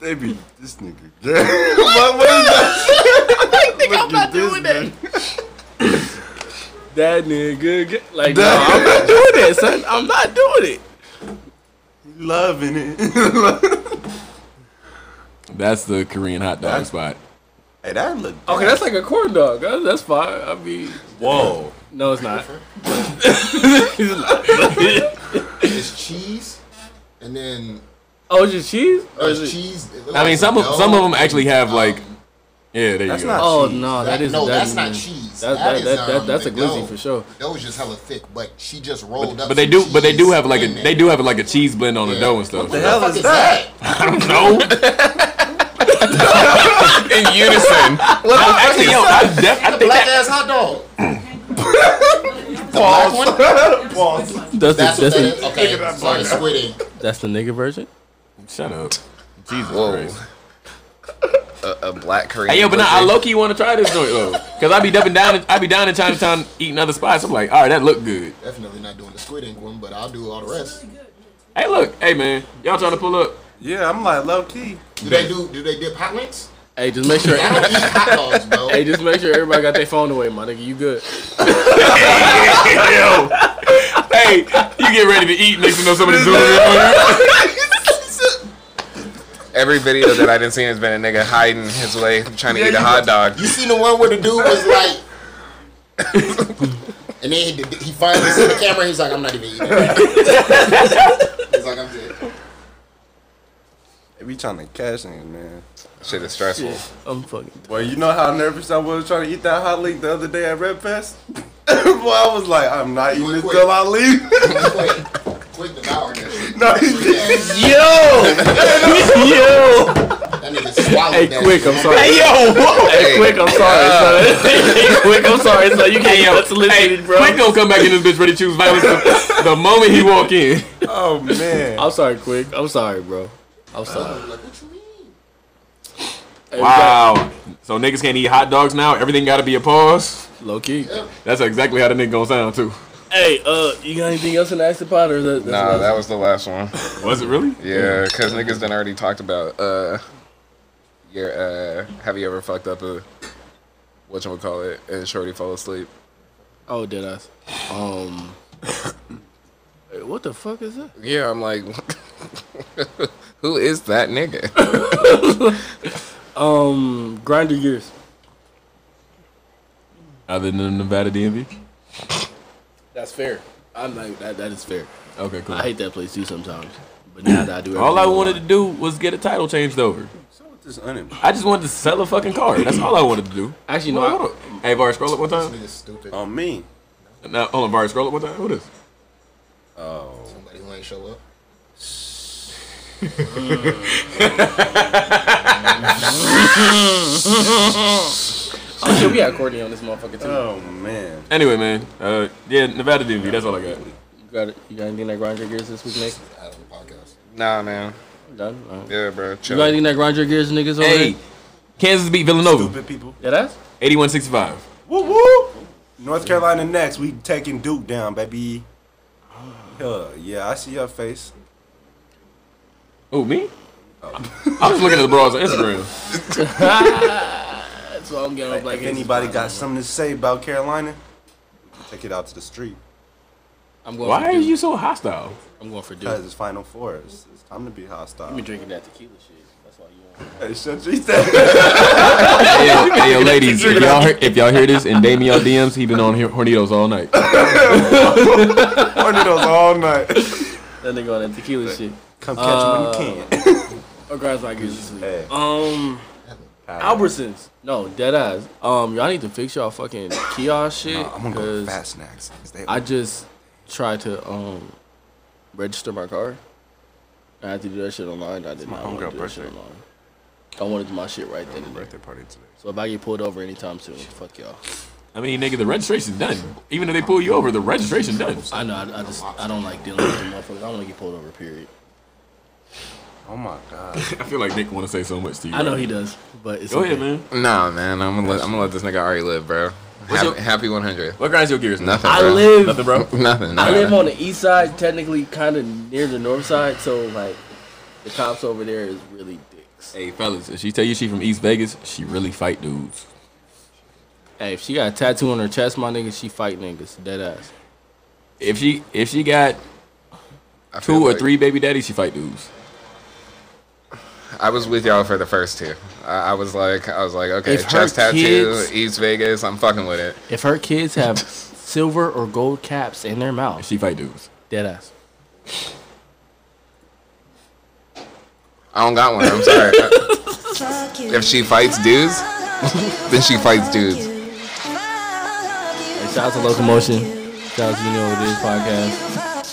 They be this nigga. what, what is that? think I'm not doing that. That nigga, g- like, no, That- I'm not doing it, son. I'm not doing it. Loving it. That's the Korean hot dog spot. hey, that look. Okay, that's like a corn dog. That's, that's fine. I mean, Whoa. no, it's not. It's cheese, and then oh, it's just cheese? Or is it's it? cheese. it looks I mean, like some of, dough. some of them actually have like, Um, yeah, there That's you go. not- Oh cheese. no, That- that is no, that's that- not cheese. That, That that, is, that, that, um, that's a the dough. glizzy for sure. That was just hella thick, but she just rolled up. but they some do, but they do cheese have like a, in there. they do have like a cheese blend on the Yeah. dough and stuff. the hell What is is that? that? No, In unison. actually, yo, I, def- I think Black that, ass hot dog. the black one? That's, That's what the, that's, that the, is. Okay, so it's squid ink. that's the nigga version. shut up. Jesus Whoa. Christ. A, a black Korean. Hey yo, but nah, I pussy. low key want to try this joint though, cause I be dubbing down, I be down in Chinatown eating other spots. I'm like, all right, that look good. Definitely not doing the squid ink one, but I'll do all the rest. Hey, look, hey man, y'all trying to pull up? Yeah, I'm like low key. Do they do? Do they dip hot links? Hey, just make sure. I don't eat hot dogs, bro. hey, just make sure everybody got their phone away, my nigga. You good? yo, hey, you get ready to eat. Next thing you know, somebody's doing it. Every video that I didn't see has been a nigga hiding his way, trying to eat a hot dog. You seen the one where the dude was like, and then he, he finally see the camera. He's like, I'm not even eating. he's like, I'm good. They be trying to catch niggas, man. Shit is stressful. I'm fucking. Well, you know how nervous I was trying to eat that hot link the other day at Red Fest? Boy, I was like, I'm not eating this Quick, till I leave. Quick, quick devour that shit. no, he did. Yo, yo, That nigga swallowed hey, that. quick. shit. I'm sorry. Hey, Yo, whoa. quick. I'm sorry. son. Hey, quick. I'm sorry. So you can't Hey, hey, yo, unsolicited, bro. Quick gonna come back in this bitch ready to choose violence the, the moment he walk in. Oh, man. I'm sorry, quick. I'm sorry, bro. I'm sorry. Like, what you mean? Hey, Wow. So niggas can't eat hot dogs now. Everything gotta be a pause. low key. That's exactly how the nigga gonna sound too. Hey, uh, you got anything else in the Ice Pot or that? that's Nah, all? that was the last one. Was it really? Yeah, because niggas done already talked about uh your uh have you ever fucked up a whatchamacallit and Shorty fall asleep. Oh, did I? Um, hey, what the fuck is that? Yeah, I'm like Who is that nigga? Um, grinder gears. Other than Nevada DMV. That's fair. I'm like that. That is fair. Okay, cool. I hate that place too sometimes. But now that I do, All I everything wanted to do online- was get a title changed over. This onion. I just wanted to sell a fucking car. That's all I wanted to do. actually no. No, I, hold on. Hey, Var, scroll up one time. Nigga stupid. On me. No, hold on, Var, scroll up one time. Who this? Somebody who ain't show up. oh shit, we had Courtney on this motherfucker too. Oh, man. Anyway, man. Uh, yeah, Nevada DMV. That's all I got. You got it. You got anything that grinds your gears this week, Nick? Out of the podcast. nah man. We're done. All right. Yeah, bro. You got Chill. anything that grinds your gears, niggas? Over Hey, there? Kansas beat Villanova. Stupid people. yeah, that's. 81-65. Woo woo! North Carolina next. We taking Duke down, baby. Uh, yeah, I see your face. Oh, me? I'm just looking at the bras on Instagram. That's what I'm getting on Black if History anybody Month. got something to say about Carolina, take it out to the street. I'm going. Why for are Duke. you so hostile? I'm going for Because Duke. it's Final Four. It's, it's time to be hostile. You been drinking that tequila shit. That's all you want. Hey, shut you said. Hey, yo, hey, yo, ladies, if y'all, hear, if y'all hear this and Dame y'all DMs, he been on here, Hornitos all night. Under those all night. That nigga on that tequila shit. Come catch me when you can. What grinds my gears this week? Hey. Um, Albertsons. No, dead eyes. Um, y'all need to fix y'all fucking kiosk shit. Uh, I'm gonna go 'cause to Fat Snacks. 'cause They I just tried to um register my car. I had to do that shit online. I did not want to do that shit online. I wanted my shit right then. and there. So if I get pulled over anytime soon, fuck y'all. I mean, nigga, the registration's done. Even if they pull you over, the registration done. I know. I, I just I don't like dealing with the motherfuckers. I don't want to get pulled over. Period. Oh my god. I feel like Nick want to say so much to you. I know he does, but it's Go ahead, okay. man. Nah, man, I'm gonna let, I'm gonna let this nigga Ari live, bro. What's Happy, your- happy 100. What grinds your gears? man? Nothing. I bro. live- Nothing, bro. Nothing. I nah. live on the east side, technically kind of near the north side, so like the cops over there is really dicks. Hey, fellas, if she tell you she from East Vegas, she really fight dudes. Hey, if she got a tattoo on her chest, my nigga, she fight niggas, dead ass. If she if she got I feel two or like- three baby daddies, she fight dudes. I was with y'all for the first two. I, I was like, I was like, okay, If her chest tattoo, kids- East Vegas. I'm fucking with it. If her kids have silver or gold caps in their mouth, She fight dudes. dead ass. I don't got one. I'm sorry. Uh, if she fights dudes, then she fights dudes. Hey, shout out to Locomotion. Shout out to You Know What It Is podcast.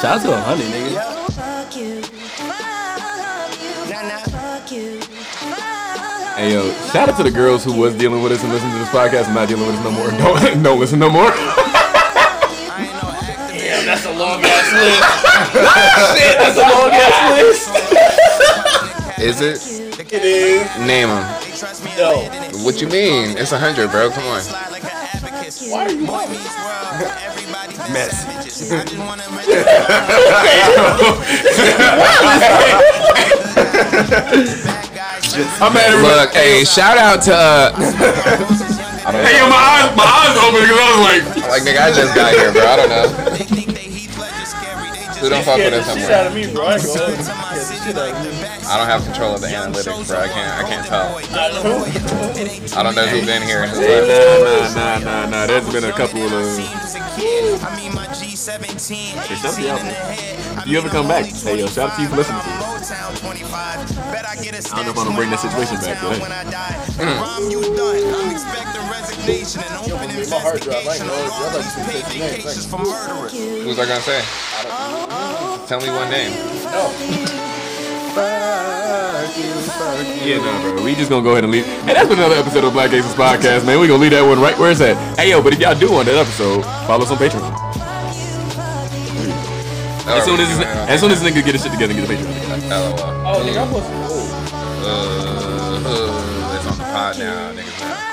Shout out to 100, nigga. Hey yo, shout out to the girls who was dealing with us and listening to this podcast and not dealing with us no more. Don't don't listen no more. That's a long ass list. That's a long ass Is list. it? Name them. What you mean? It's a hundred, bro. Come on. Why are you I'm mad at Look, hey, shout out to uh, Hey yo, my eyes my eyes open because I was like, like nigga. I just got here, bro. I don't know. Who don't fuck with us shit somewhere? out of me, bro? I ain't gonna lie. I don't have control of the analytics, bro. I can't. I can't tell. I don't know who been here. and who's left. nah, nah, nah, nah, nah. There's been a couple of. Uh, Hey, shout out to y'all. If you ever come back, hey yo, shout out to you for listening to. us. I don't know if I'm gonna bring that situation back, but hey. My hard drive. I ain't gonna lie. I thought you said his name. Who's I gonna say? I don't, tell me one name. Yeah, no, bro. We just gonna go ahead and leave. Hey, that's been another episode of Black Aces Podcast, man. We gonna leave that one right where it's at. Hey, yo, but if y'all do want that episode, follow us on Patreon. As soon as this, as soon as this nigga get his shit together, get a Patreon. Oh, uh, it's on the pod now, niggas. Now.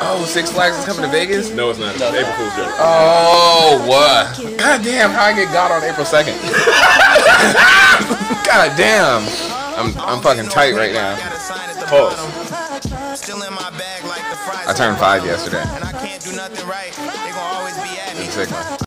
Oh, Six Flags is coming to Vegas. No, it's not. It's April Fool's joke. Oh, what? God damn! How I get God on April second? God damn! I'm I'm fucking tight right now. I turned five yesterday. I can't do nothing right. They gon' always be at me. Been sick, man.